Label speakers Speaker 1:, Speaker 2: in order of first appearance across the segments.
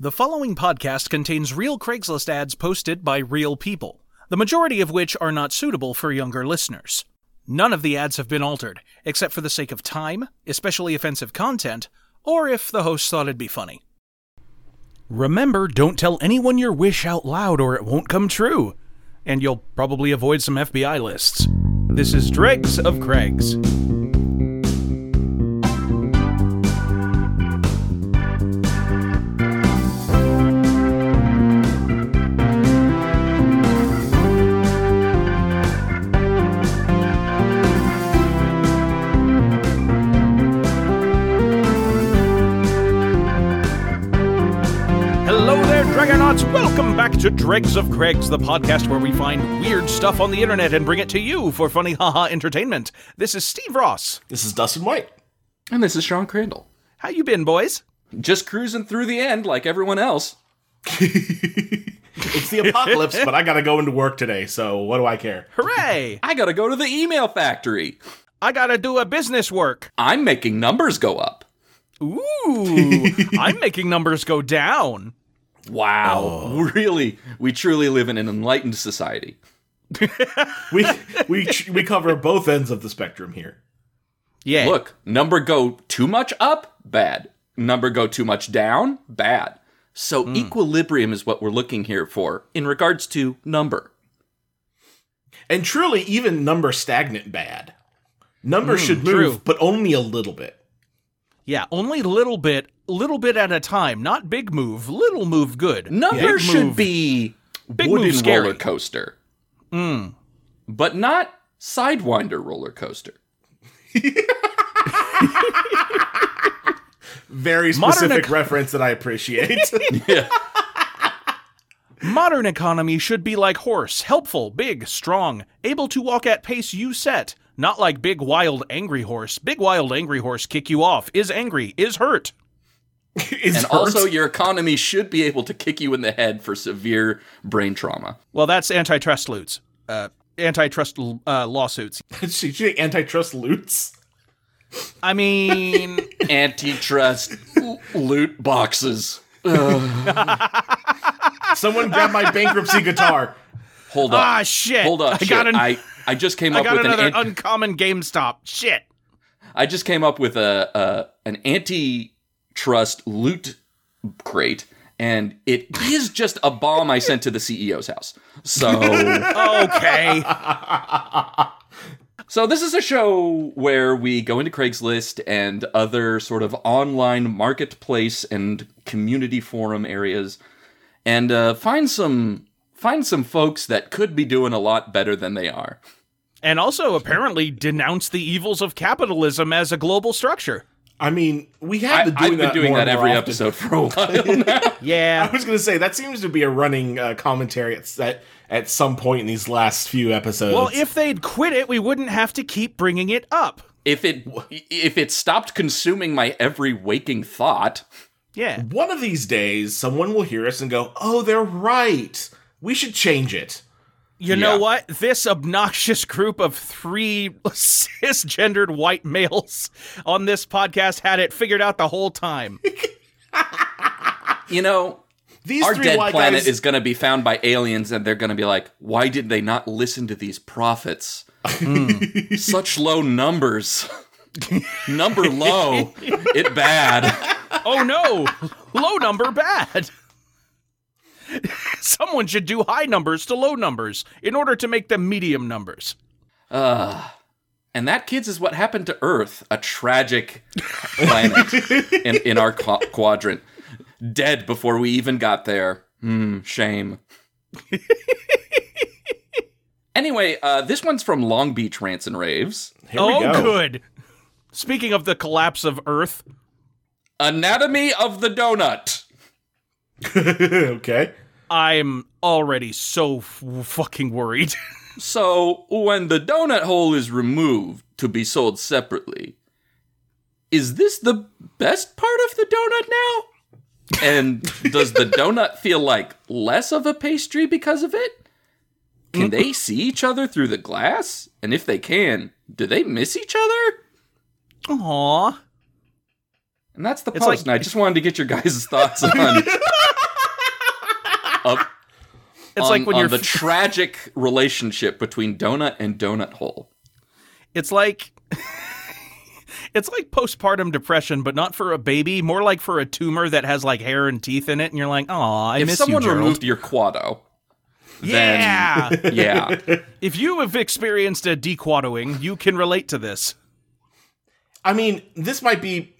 Speaker 1: The following podcast contains real Craigslist ads posted by real people, the majority of which are not suitable for younger listeners. None of the ads have been altered, except for the sake of time, especially offensive content, or if the host thought it'd be funny. Remember, don't tell anyone your wish out loud or it won't come true. And you'll probably avoid some FBI lists. This is Dregs of Craigs. Hello there, Dragonauts! Welcome back to Dregs of Craigs, the podcast where we find weird stuff on the internet and bring it to you for funny haha entertainment. This is Steve Ross.
Speaker 2: This is Dustin White.
Speaker 3: And this is Sean Crandall.
Speaker 1: How you been, boys?
Speaker 3: Just cruising through the end like everyone else.
Speaker 2: It's the apocalypse, but I gotta go into work today, so what do I care?
Speaker 1: Hooray!
Speaker 3: I gotta go to the email factory.
Speaker 1: I gotta do a business work.
Speaker 3: I'm making numbers go up.
Speaker 1: Ooh, I'm making numbers go down.
Speaker 3: Wow.
Speaker 1: Oh.
Speaker 3: Really, we truly live in an enlightened society.
Speaker 2: We we ch- we cover both ends of the spectrum here.
Speaker 1: Yeah.
Speaker 3: Look, number go too much up, bad. Number go too much down, bad. So
Speaker 1: Hmm.
Speaker 3: equilibrium is what we're looking here for in regards to number.
Speaker 2: And truly, even number stagnant bad. Number should move,
Speaker 1: Hmm, true.
Speaker 2: but only a little bit.
Speaker 1: yeah, only little bit, little bit at a time. Not big move, little move good.
Speaker 3: Number
Speaker 1: Big
Speaker 3: should
Speaker 1: move-
Speaker 3: be
Speaker 1: Big
Speaker 3: wooden
Speaker 1: move scary. Hmm.
Speaker 3: roller coaster, but not sidewinder roller coaster.
Speaker 2: Very
Speaker 1: Modern
Speaker 2: specific
Speaker 1: ec-
Speaker 2: reference that I appreciate.
Speaker 1: Modern economy should be like horse, helpful, big, strong, able to walk at pace you set. Not like big, wild, angry horse. Big, wild, angry horse kick you off, is angry, is hurt.
Speaker 2: Is
Speaker 3: And
Speaker 2: hurt.
Speaker 3: also, your economy should be able to kick you in the head for severe brain trauma.
Speaker 1: Well, that's antitrust loots. Uh, antitrust l- uh, lawsuits.
Speaker 2: she, she antitrust loots.
Speaker 1: I mean,
Speaker 3: Antitrust l- loot boxes.
Speaker 2: Someone grab my bankruptcy guitar.
Speaker 3: Hold up.
Speaker 1: ah, shit.
Speaker 3: Hold up.
Speaker 1: I
Speaker 3: shit.
Speaker 1: got, an-
Speaker 3: I, I just came
Speaker 1: I
Speaker 3: up
Speaker 1: got
Speaker 3: with an
Speaker 1: another
Speaker 3: anti-
Speaker 1: uncommon GameStop. Shit.
Speaker 3: I just came up with a, a an antitrust loot crate, and it is just a bomb I sent to the CEO's house. So,
Speaker 1: Okay.
Speaker 3: so this is a show where we go into Craigslist and other sort of online marketplace and community forum areas, and uh, find some find some folks that could be doing a lot better than they are.
Speaker 1: and also, apparently, denounce the evils of capitalism as a global structure.
Speaker 2: I mean, we
Speaker 3: I,
Speaker 2: have been
Speaker 3: have
Speaker 2: doing
Speaker 3: been
Speaker 2: that
Speaker 3: doing
Speaker 2: more
Speaker 3: that
Speaker 2: and more
Speaker 3: every
Speaker 2: often.
Speaker 3: episode for a while now.
Speaker 2: I
Speaker 1: Yeah.
Speaker 2: was gonna say that seems to be a running uh, commentary at, at at some point in these last few episodes.
Speaker 1: Well, if they'd quit it, we wouldn't have to keep bringing it up.
Speaker 3: if it if it stopped consuming my every waking thought
Speaker 1: Yeah.
Speaker 2: One of these days, someone will hear us and go, "Oh, they're right. We should change it."
Speaker 1: You know
Speaker 3: Yeah.
Speaker 1: what? This obnoxious group of three cisgendered white males on this podcast had it figured out the whole time.
Speaker 3: you know
Speaker 2: These
Speaker 3: our
Speaker 2: three
Speaker 3: dead
Speaker 2: white
Speaker 3: planet
Speaker 2: guys,
Speaker 3: is going to be found by aliens and they're going to be like why did they not listen to these prophets Hmm. such low numbers number low it bad
Speaker 1: oh no, low number bad. Someone should do high numbers to low numbers in order to make them medium numbers.
Speaker 3: and that kids is what happened to earth a tragic planet in, in our qu- quadrant dead before we even got there hmm shame anyway uh, this one's from long beach rants and raves
Speaker 2: Here we
Speaker 1: oh,
Speaker 2: go.
Speaker 1: good. Speaking of the collapse of Earth,
Speaker 3: anatomy of the donut
Speaker 2: okay.
Speaker 1: I'm already so f- fucking worried.
Speaker 3: so when the donut hole is removed to be sold separately is this the best part of the donut now and does the donut feel like less of a pastry because of it can
Speaker 1: Mm-hmm.
Speaker 3: they see each other through the glass and if they can do they miss each other
Speaker 1: Aww.
Speaker 3: and that's the
Speaker 1: It's
Speaker 3: post
Speaker 1: like-
Speaker 3: and i just wanted to get your guys' thoughts on up
Speaker 1: It's
Speaker 3: on,
Speaker 1: like when
Speaker 3: on
Speaker 1: you're
Speaker 3: the
Speaker 1: f-
Speaker 3: tragic relationship between donut and donut hole.
Speaker 1: It's like it's like postpartum depression, but not for a baby, more like for a tumor that has like hair and teeth in it, and you're like, oh, I
Speaker 3: If
Speaker 1: miss
Speaker 3: someone
Speaker 1: you, Gerald."
Speaker 3: removed your quado, then-
Speaker 1: yeah.
Speaker 3: yeah,
Speaker 1: if you have experienced a dequadoing, you can relate to this.
Speaker 2: I mean, this might be.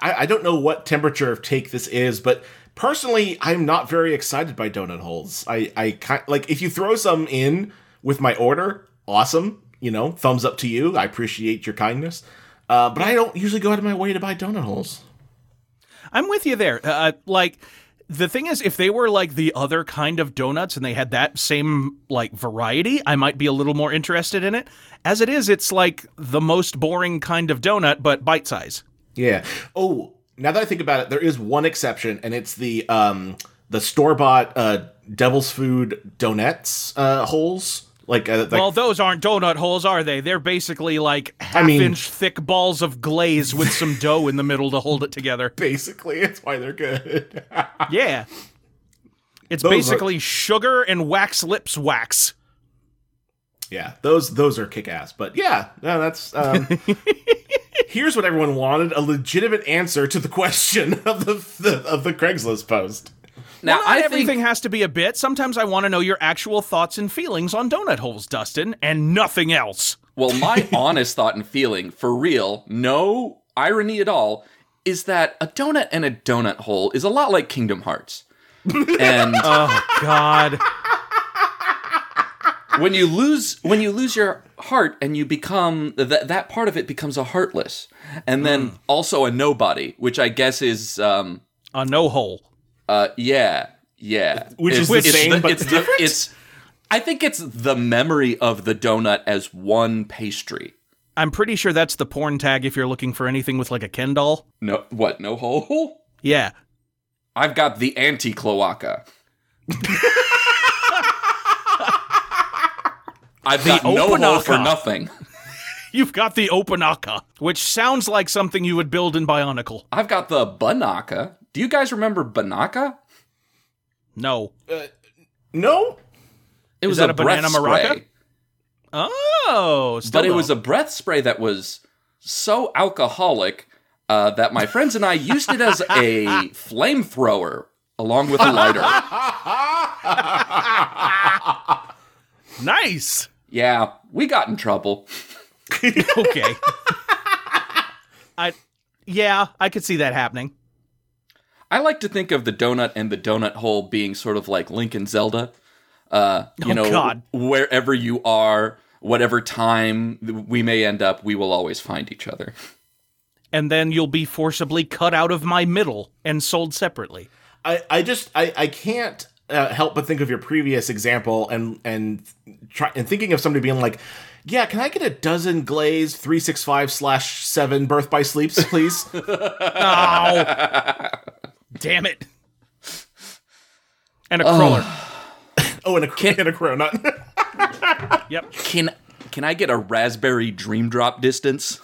Speaker 2: I, I don't know what temperature of take this is, but personally, I'm not very excited by donut holes. I, I kind like if you throw some in with my order, awesome. You know, thumbs up to you. I appreciate your kindness, uh, but I don't usually go out of my way to buy donut holes.
Speaker 1: I'm with you there. Uh, like the thing is, if they were like the other kind of donuts and they had that same like variety, I might be a little more interested in it. As it is, it's like the most boring kind of donut, but bite size.
Speaker 2: Yeah. Oh, now that I think about it, there is one exception, and it's the um the store bought uh Devil's Food donuts uh holes. Like, uh, like
Speaker 1: Well, those aren't donut holes, are they? They're basically like half
Speaker 2: mean-
Speaker 1: inch thick balls of glaze with some dough in the middle to hold it together.
Speaker 2: basically, it's why they're good.
Speaker 1: Yeah. It's
Speaker 2: Those are-
Speaker 1: basically sugar and wax lips wax.
Speaker 2: yeah, those those are kick ass. But yeah, no, that's um Here's what everyone wanted: a legitimate answer to the question of the, the of the Craigslist post.
Speaker 3: now
Speaker 1: Well, not
Speaker 3: I
Speaker 1: everything
Speaker 3: think
Speaker 1: has to be a bit. Sometimes I want to know your actual thoughts and feelings on donut holes, Dustin, and nothing else.
Speaker 3: Well, my honest thought and feeling, for real, no irony at all, is that a donut and a donut hole is a lot like Kingdom Hearts. And
Speaker 1: Oh God.
Speaker 3: when you lose when you lose your heart and you become that that part of it becomes a heartless and then
Speaker 1: Mm.
Speaker 3: also a nobody, which I guess is um
Speaker 1: A no hole.
Speaker 3: uh yeah, yeah.
Speaker 2: Which is the same, but
Speaker 3: it's
Speaker 2: different?
Speaker 3: it's I think it's the memory of the donut as one pastry.
Speaker 1: I'm pretty sure that's the porn tag if you're looking for anything with like a Ken doll.
Speaker 3: No what, no hole?
Speaker 1: Yeah.
Speaker 3: I've got the anti cloaca. I've got no hole
Speaker 1: Opanaka.
Speaker 3: for nothing.
Speaker 1: You've got the Opanaka, which sounds like something you would build in Bionicle.
Speaker 3: I've got the banaka. Do you guys remember banaka?
Speaker 1: No.
Speaker 2: No,
Speaker 3: It was
Speaker 1: that a
Speaker 3: breath
Speaker 1: banana maraca?
Speaker 3: spray,
Speaker 1: Oh, still
Speaker 3: but it
Speaker 1: no.
Speaker 3: was a breath spray that was so alcoholic uh, that my friends and I used it as a flamethrower along with a lighter.
Speaker 1: nice.
Speaker 3: Yeah, we got in trouble.
Speaker 1: Okay. I yeah, I could see that happening.
Speaker 3: I like to think of the donut and the donut hole being sort of like Link and Zelda. Uh, you
Speaker 1: Oh,
Speaker 3: know,
Speaker 1: God.
Speaker 3: wherever you are, whatever time th- we may end up, we will always find each other.
Speaker 1: And then you'll be forcibly cut out of my middle and sold separately.
Speaker 2: I, I just I, I can't uh, help but think of your previous example and and try and thinking of somebody being like, yeah, can I get a dozen glazed three six five slash seven birth by sleeps, please?
Speaker 1: Oh. Damn it. And a crawler.
Speaker 2: oh, and a and a cronut.
Speaker 1: Yep.
Speaker 3: Can can I get a raspberry dream drop distance?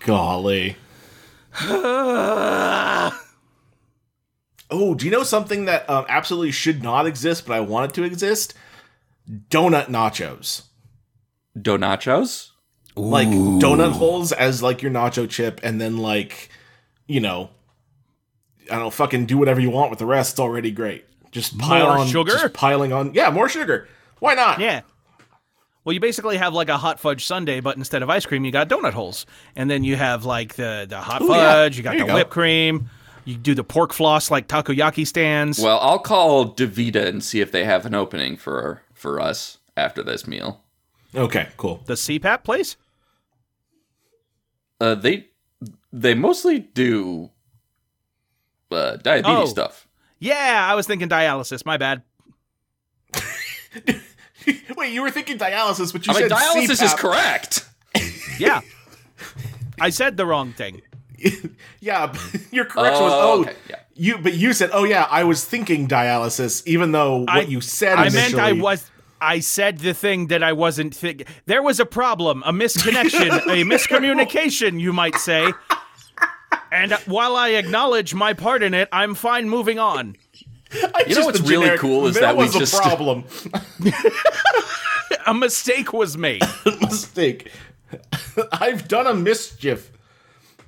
Speaker 2: Golly. oh, do you know something that um, absolutely should not exist, but I want it to exist? Donut nachos.
Speaker 3: Donachos?
Speaker 2: like donut holes as like your nacho chip and then like you know i don't know, fucking do whatever you want with the rest it's already great just pile
Speaker 1: More
Speaker 2: on
Speaker 1: sugar?
Speaker 2: just piling on yeah more sugar why not
Speaker 1: Yeah. Well, you basically have like a hot fudge sundae, but instead of ice cream, you got donut holes. And then you have like the, the hot
Speaker 2: yeah.
Speaker 1: fudge, you got
Speaker 2: There you
Speaker 1: the
Speaker 2: go.
Speaker 1: whipped cream, you do the pork floss like takoyaki stands.
Speaker 3: Well, I'll call Davita and see if they have an opening for for us after this meal.
Speaker 2: okay cool
Speaker 1: the CPAP place?
Speaker 3: Uh, they they mostly do uh, diabetes
Speaker 1: Oh.
Speaker 3: stuff.
Speaker 1: Yeah, I was thinking dialysis. My bad.
Speaker 2: wait you were thinking dialysis but you
Speaker 3: I mean,
Speaker 2: said
Speaker 3: dialysis is
Speaker 2: CPAP.
Speaker 3: correct.
Speaker 1: Yeah. I said the wrong thing.
Speaker 2: yeah but your correction was
Speaker 3: Oh,
Speaker 2: oh
Speaker 3: okay, yeah.
Speaker 2: you but you said oh yeah i was thinking dialysis even though what
Speaker 1: I-
Speaker 2: you said
Speaker 1: I meant
Speaker 2: initially
Speaker 1: I was. I said the thing that I wasn't think. There was a problem, a misconnection, a miscommunication, you might say. And while I acknowledge my part in it, I'm fine moving on.
Speaker 2: It's
Speaker 3: You know
Speaker 2: just
Speaker 3: what's
Speaker 2: the
Speaker 3: really
Speaker 2: generic,
Speaker 3: cool is
Speaker 2: there
Speaker 3: that we
Speaker 2: was a
Speaker 3: just-
Speaker 2: problem
Speaker 1: A mistake was made.
Speaker 2: mistake. I've done a mischief.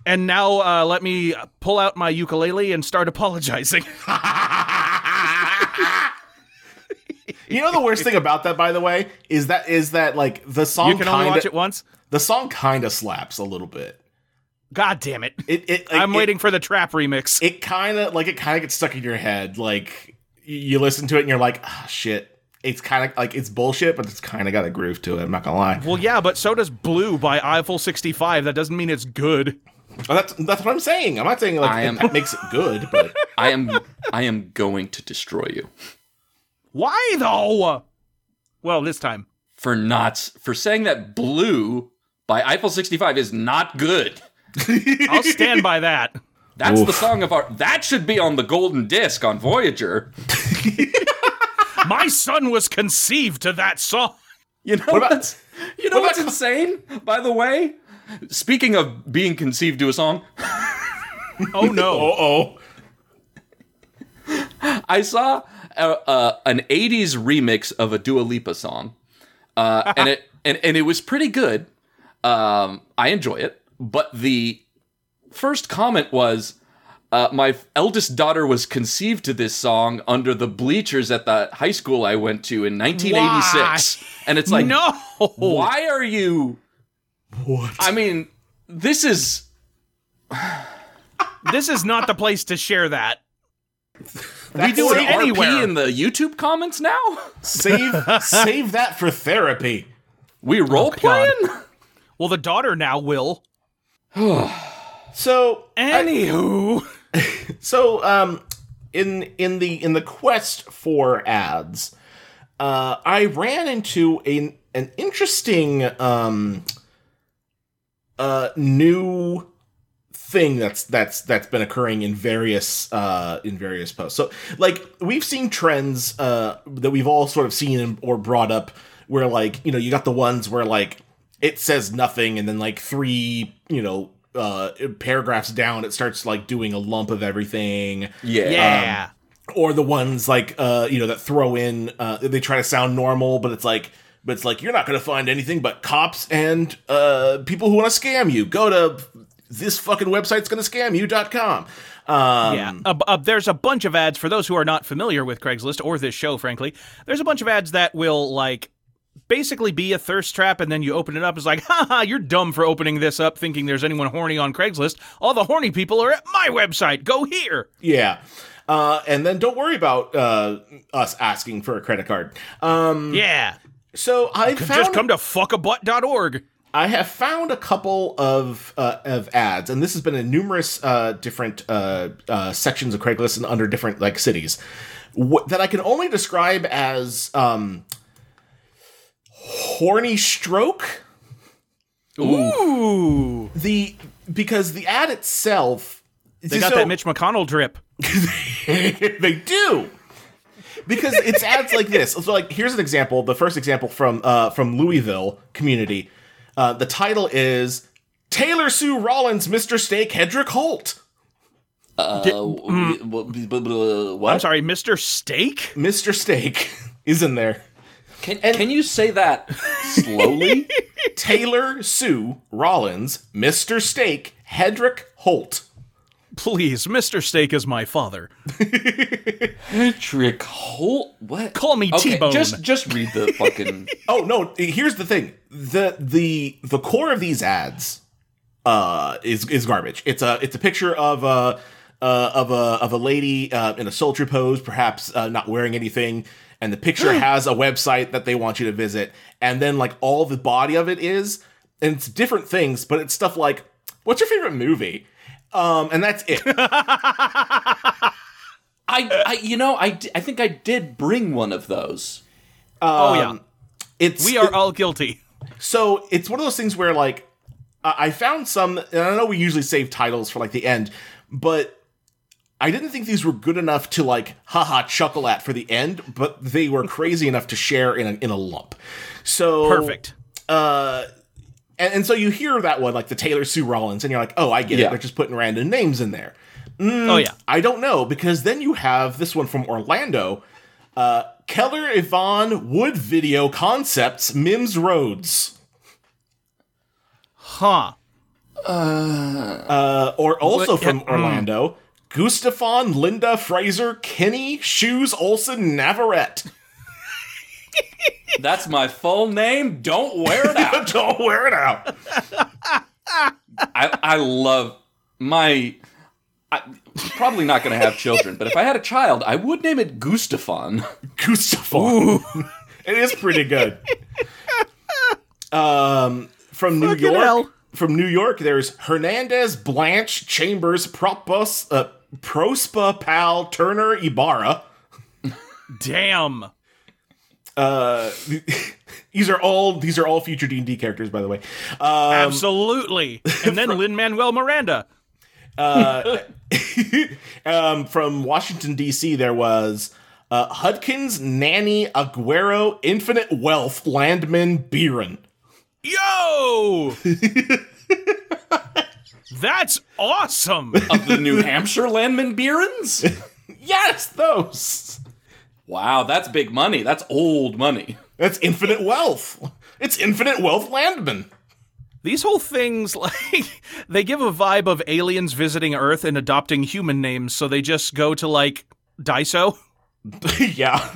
Speaker 1: And now uh, let me pull out my ukulele and start apologizing.
Speaker 2: You know the worst thing about that, by the way, is that is that like the song
Speaker 1: You can only
Speaker 2: kinda-
Speaker 1: watch it once?
Speaker 2: the song kind of slaps a little bit.
Speaker 1: God damn it.
Speaker 2: It, it like,
Speaker 1: I'm
Speaker 2: it-
Speaker 1: waiting for the trap remix.
Speaker 2: It kind of like it kind of gets stuck in your head. Like y- you listen to it and you're like, ah, shit. It's kind of like it's bullshit, but it's kind of got a groove to it. I'm not gonna lie.
Speaker 1: Well, yeah, but so does Blue by Eiffel 65. That doesn't mean it's good.
Speaker 2: Well, that's that's what I'm saying. I'm not saying like
Speaker 3: I am-
Speaker 2: that makes it good, but
Speaker 3: I am I am going to destroy you
Speaker 1: Why though? Well, this time.
Speaker 3: for not for saying that blue by Eiffel 65 is not good.
Speaker 1: I'll stand by that.
Speaker 3: That's the
Speaker 2: Oof.
Speaker 3: song of our that should be on the golden disc on Voyager.
Speaker 1: My son was conceived to that song.
Speaker 3: You know
Speaker 2: about-
Speaker 3: what's you know
Speaker 2: what
Speaker 3: what's
Speaker 2: about-
Speaker 3: insane? By the way, speaking of being conceived to a song,
Speaker 1: Oh no.
Speaker 2: oh,
Speaker 3: I saw a, a, an '80s remix of a Dua Lipa song, uh, and it and, and it was pretty good. Um, I enjoy it, but the first comment was, uh, "My eldest daughter was conceived to this song under the bleachers at the high school I went to in 1986," and it's like,
Speaker 1: no.
Speaker 3: why are you?
Speaker 2: what?
Speaker 3: I mean, this is
Speaker 1: This is not the place to share that.
Speaker 2: That's-
Speaker 1: do it
Speaker 2: save,
Speaker 1: all- anywhere.
Speaker 3: RP in the YouTube comments now.
Speaker 2: save save that for therapy.
Speaker 3: We role playing.
Speaker 1: Well, the daughter now will.
Speaker 2: So
Speaker 1: Anywho,
Speaker 2: So, um, in in the in the quest for ads, uh, I ran into an an interesting um, uh, new thing that's that's that's been occurring in various uh, in various posts. So, like we've seen trends uh, that we've all sort of seen and, or brought up, where like you know you got the ones where like it says nothing, and then like three you know uh, paragraphs down, it starts like doing a lump of everything
Speaker 3: Yeah.
Speaker 1: yeah.
Speaker 2: or the ones like uh you know that throw in uh they try to sound normal but it's like but it's like you're not going to find anything but cops and uh people who want to scam you go to this fucking website's going to scam you.com um
Speaker 1: yeah, Uh, b- uh, there's a bunch of ads for those who are not familiar with Craigslist or this show. Frankly, there's a bunch of ads that will like basically be a thirst trap, and then you open it up. It's like, haha, you're dumb for opening this up, thinking there's anyone horny on Craigslist. All the horny people are at my website. Go here.
Speaker 2: yeah uh and then don't worry about uh us asking for a credit card um
Speaker 1: Yeah,
Speaker 2: so i found
Speaker 1: just come to fuckabutt.org.
Speaker 2: I have found a couple of uh, of ads, and this has been in numerous uh, different uh, uh, sections of Craigslist and under different like cities wh- that I can only describe as um, horny stroke.
Speaker 3: Uh,
Speaker 1: Ooh,
Speaker 2: The because the ad itself
Speaker 1: they got
Speaker 2: so-
Speaker 1: that Mitch McConnell drip.
Speaker 2: they do because it's ads like this. So like here's an example. The first example from uh, from Louisville community. Uh, the title is Taylor Sue Rollins, Mr. Steak, Hedrick Holt.
Speaker 3: Uh, w- w- b- b- b- what?
Speaker 1: I'm sorry, Mister Steak.
Speaker 2: Mr. Steak is in there.
Speaker 3: Can, can you say that slowly?
Speaker 2: Taylor Sue Rollins, Mr. Steak, Hedrick Holt.
Speaker 1: Please, Mister Steak is my father.
Speaker 3: Patrick Holt. What?
Speaker 1: Call me T-Bone.
Speaker 3: Just just read the fucking.
Speaker 2: Oh no! Here's the thing the the the core of these ads uh, is is garbage. It's a it's a picture of a uh, of a of a lady uh, in a soldier pose, perhaps uh, not wearing anything, and the picture
Speaker 1: Hmm.
Speaker 2: has a website that they want you to visit, and then like all the body of it is, and it's different things, but it's stuff like, "What's your favorite movie?" Um, and that's it.
Speaker 3: I, I you know I, d- I think I did bring one of those.
Speaker 1: oh yeah,
Speaker 2: Um, It's
Speaker 1: we are all guilty.
Speaker 2: So it's one of those things where like I I found some, and I know we usually save titles for like the end, but I didn't think these were good enough to like haha chuckle at for the end, but they were crazy enough to share in a, in a lump. So
Speaker 1: Perfect.
Speaker 2: Uh, And, and so you hear that one, like the Taylor Sue Rollins, and you're like, oh, I get it.
Speaker 3: Yeah.
Speaker 2: They're just putting random names in there.
Speaker 1: oh yeah,
Speaker 2: I don't know, because then you have this one from Orlando uh, Keller Yvonne Wood Video Concepts, Mims Rhodes.
Speaker 1: huh?
Speaker 2: Uh, or also
Speaker 1: What-
Speaker 2: from
Speaker 1: yeah, mm.
Speaker 2: Orlando, Gustafon, Linda, Fraser, Kenny, Shoes, Olson, Navarette.
Speaker 3: That's my full name. Don't wear it out.
Speaker 2: don't wear it out.
Speaker 3: I, I love my. I, probably not going to have children, but if I had a child, I would name it Gustafon.
Speaker 2: Gustafon. it is pretty good. Um, from New
Speaker 1: Fucking
Speaker 2: York,
Speaker 1: hell.
Speaker 2: from New York, there's Hernandez, Blanche, Chambers, Propus, uh, Prospa, Pal, Turner, Ibarra.
Speaker 1: Damn.
Speaker 2: Uh, these are all these are all future D and D characters, by the way. Um,
Speaker 1: Absolutely. And then Lin Manuel Miranda.
Speaker 2: um, from Washington D.C., there was uh, Hudkins, Nanny, Aguero, Infinite Wealth, Landman, Beeran.
Speaker 1: Yo! That's awesome.
Speaker 3: Of the New Hampshire Landman Beerens?
Speaker 2: Yes, those.
Speaker 3: Wow, that's big money. That's old money.
Speaker 2: That's infinite wealth. It's infinite wealth landman.
Speaker 1: These whole things, like, they give a vibe of aliens visiting Earth and adopting human names, so they just go to, like, Daiso.
Speaker 2: yeah.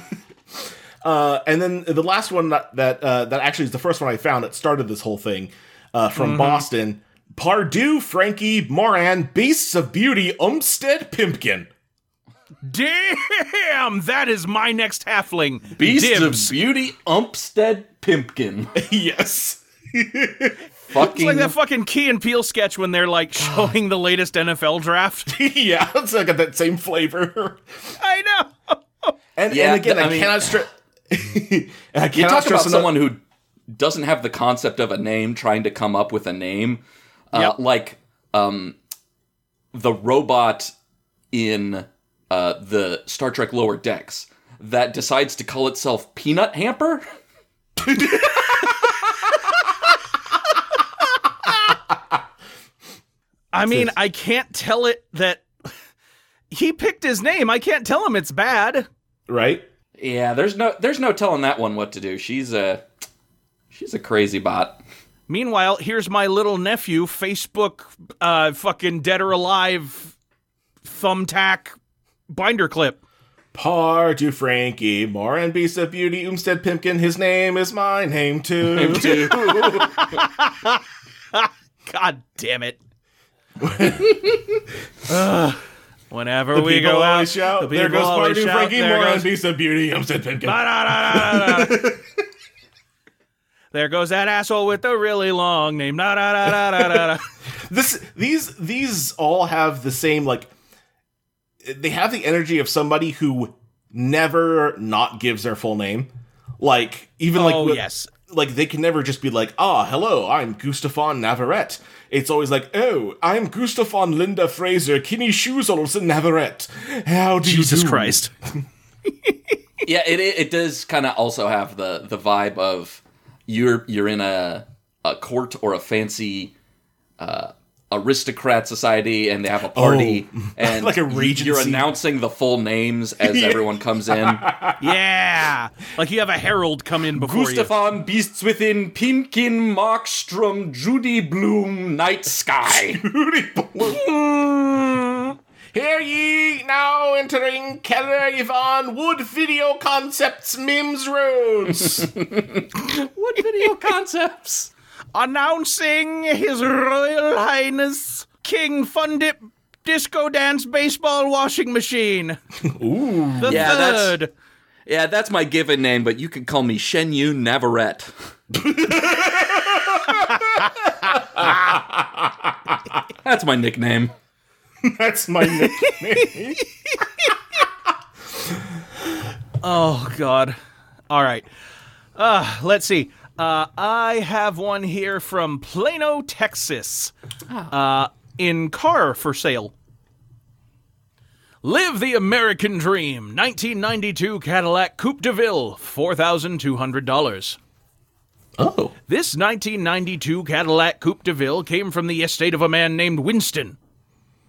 Speaker 2: Uh, and then the last one that that, uh, that actually is the first one I found that started this whole thing uh, from Boston. Pardue, Frankie, Moran, Beasts of Beauty, Umstead, Pimpkin.
Speaker 1: Damn, that is my next halfling.
Speaker 3: Beast
Speaker 1: Dibs.
Speaker 3: of Beauty Umpstead Pimpkin.
Speaker 2: yes.
Speaker 1: It's
Speaker 3: Fucking.
Speaker 1: like that fucking Key and Peel sketch when they're, like, showing the latest NFL draft.
Speaker 2: yeah, it's like got that same flavor.
Speaker 1: I know.
Speaker 2: And,
Speaker 3: Yeah,
Speaker 2: and again,
Speaker 3: th-
Speaker 2: I,
Speaker 3: I mean-
Speaker 2: cannot stress. I
Speaker 3: you
Speaker 2: cannot
Speaker 3: talk about
Speaker 2: stress enough-
Speaker 3: someone who doesn't have the concept of a name, trying to come up with a name. Uh,
Speaker 1: Yep.
Speaker 3: Like um, the robot in uh, the Star Trek Lower Decks that decides to call itself Peanut Hamper.
Speaker 1: I mean, I can't tell it that he picked his name. I can't tell him it's bad.
Speaker 2: right?
Speaker 3: Yeah, there's no there's no telling that one what to do. She's a she's a crazy bot.
Speaker 1: Meanwhile, here's my little nephew, Facebook, uh, fucking dead or alive, thumbtack, binder clip.
Speaker 2: Par to Frankie, more and Beast of Beauty, Umstead Pimpkin, his name is my name too.
Speaker 1: God damn it. Ugh. whenever
Speaker 2: The
Speaker 1: we
Speaker 2: people
Speaker 1: go out,
Speaker 2: always shout,
Speaker 1: the
Speaker 2: there
Speaker 1: people
Speaker 2: goes
Speaker 1: always
Speaker 2: Party
Speaker 1: shout,
Speaker 2: Frankie,
Speaker 1: there
Speaker 2: more and
Speaker 1: goes-
Speaker 2: Beast of Beauty, Umstead Pimpkin.
Speaker 1: Ba-da-da-da-da-da. There goes that asshole with the really long name. Da-da-da-da-da-da.
Speaker 2: This, these, these all have the same like. They have the energy of somebody who never not gives their full name. Like even like
Speaker 1: Oh,
Speaker 2: with-
Speaker 1: yes.
Speaker 2: like they can never just be like, ah, hello, I'm Gustafon Navarette. It's always like, oh, I'm Gustafon Linda Fraser, Kinney Shoes Olsen Navarette. How do
Speaker 1: Jesus
Speaker 2: you do?
Speaker 1: Christ.
Speaker 3: yeah, it it, it does kind of also have the the vibe of you're you're in a a court or a fancy uh, aristocrat society, and they have a party, and
Speaker 2: Oh. Like a
Speaker 3: you- You're
Speaker 2: regency.
Speaker 3: announcing the full names as everyone comes in.
Speaker 1: Yeah. Like you have a herald come in before you.
Speaker 3: Gustafan Beasts Within, Pinkin Markstrom, Judy Bloom, Night Sky.
Speaker 2: Booty balloon. Hear ye, now entering Keller Yvonne Wood Video Concepts Mims Roads.
Speaker 3: what video concepts?
Speaker 1: announcing His Royal Highness King Fundip Disco Dance Baseball Washing Machine. Ooh. The
Speaker 3: Yeah, that's-
Speaker 1: third.
Speaker 3: Yeah, that's my given name, but you can call me Shen Yu Navarette. that's my nickname.
Speaker 2: That's my nickname.
Speaker 1: Oh, God. All right. Uh, let's see. Uh, I have one here from Plano, Texas. Uh, in car for sale. Live the American Dream, 1992 Cadillac Coupe de Ville, $4,200.
Speaker 2: Oh.
Speaker 1: This 1992 Cadillac Coupe de Ville came from the estate of a man named Winston.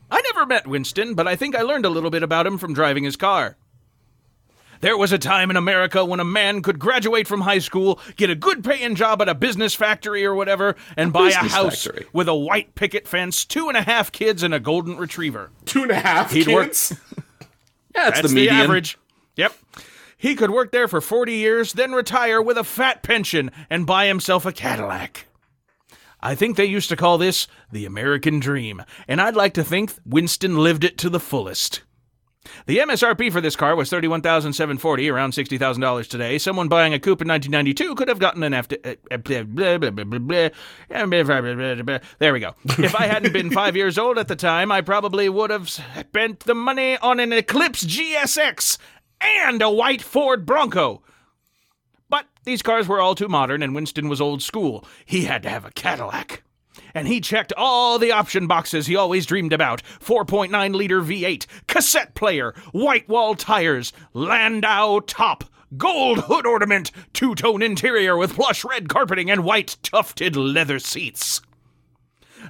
Speaker 1: I never met Winston, but I think I learned a little bit about him from driving his car. There was a time in America when a man could graduate from high school, get a good paying job at a business factory or whatever, and buy a
Speaker 3: business
Speaker 1: house
Speaker 3: factory.
Speaker 1: with a white picket fence, two and a half kids, and a golden retriever.
Speaker 2: Two and a half
Speaker 1: He'd work-
Speaker 2: kids?
Speaker 3: Yeah, it's
Speaker 1: That's
Speaker 3: the median.
Speaker 1: average. Yep. He could work there for 40 years, then retire with a fat pension and buy himself a Cadillac. I think they used to call this the American dream, and I'd like to think Winston lived it to the fullest. The MSRP for this car was $31,740, around $60,000 today. Someone buying a coupe in 1992 could have gotten an after. eh, eh, blah, blah, blah, blah, blah, blah, eh, blah, blah, blah, blah, blah. There we go. If I hadn't been five years old at the time, I probably would have spent the money on an Eclipse GSX and a white Ford Bronco. But these cars were all too modern, and Winston was old school. He had to have a Cadillac. And he checked all the option boxes he always dreamed about 4.9 liter V8, cassette player, white wall tires, Landau top, gold hood ornament, two tone interior with plush red carpeting, and white tufted leather seats.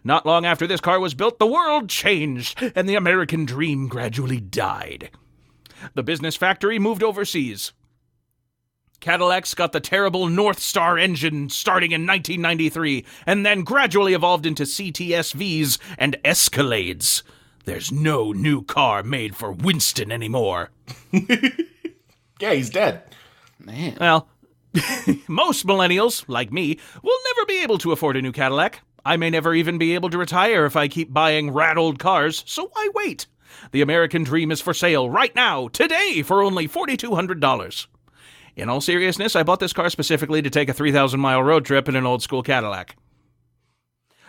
Speaker 1: Not long after this car was built, the world changed, and the American dream gradually died. The business factory moved overseas. Cadillacs got the terrible North Star engine starting in 1993 and then gradually evolved into CTSVs and Escalades. There's no new car made for Winston anymore.
Speaker 2: Yeah, he's dead.
Speaker 3: Man.
Speaker 1: Well, most millennials, like me, will never be able to afford a new Cadillac. I may never even be able to retire if I keep buying rat old cars, so why wait? The American dream is for sale right now, today, for only $4,200. In all seriousness, I bought this car specifically to take a 3,000 mile road trip in an old school Cadillac.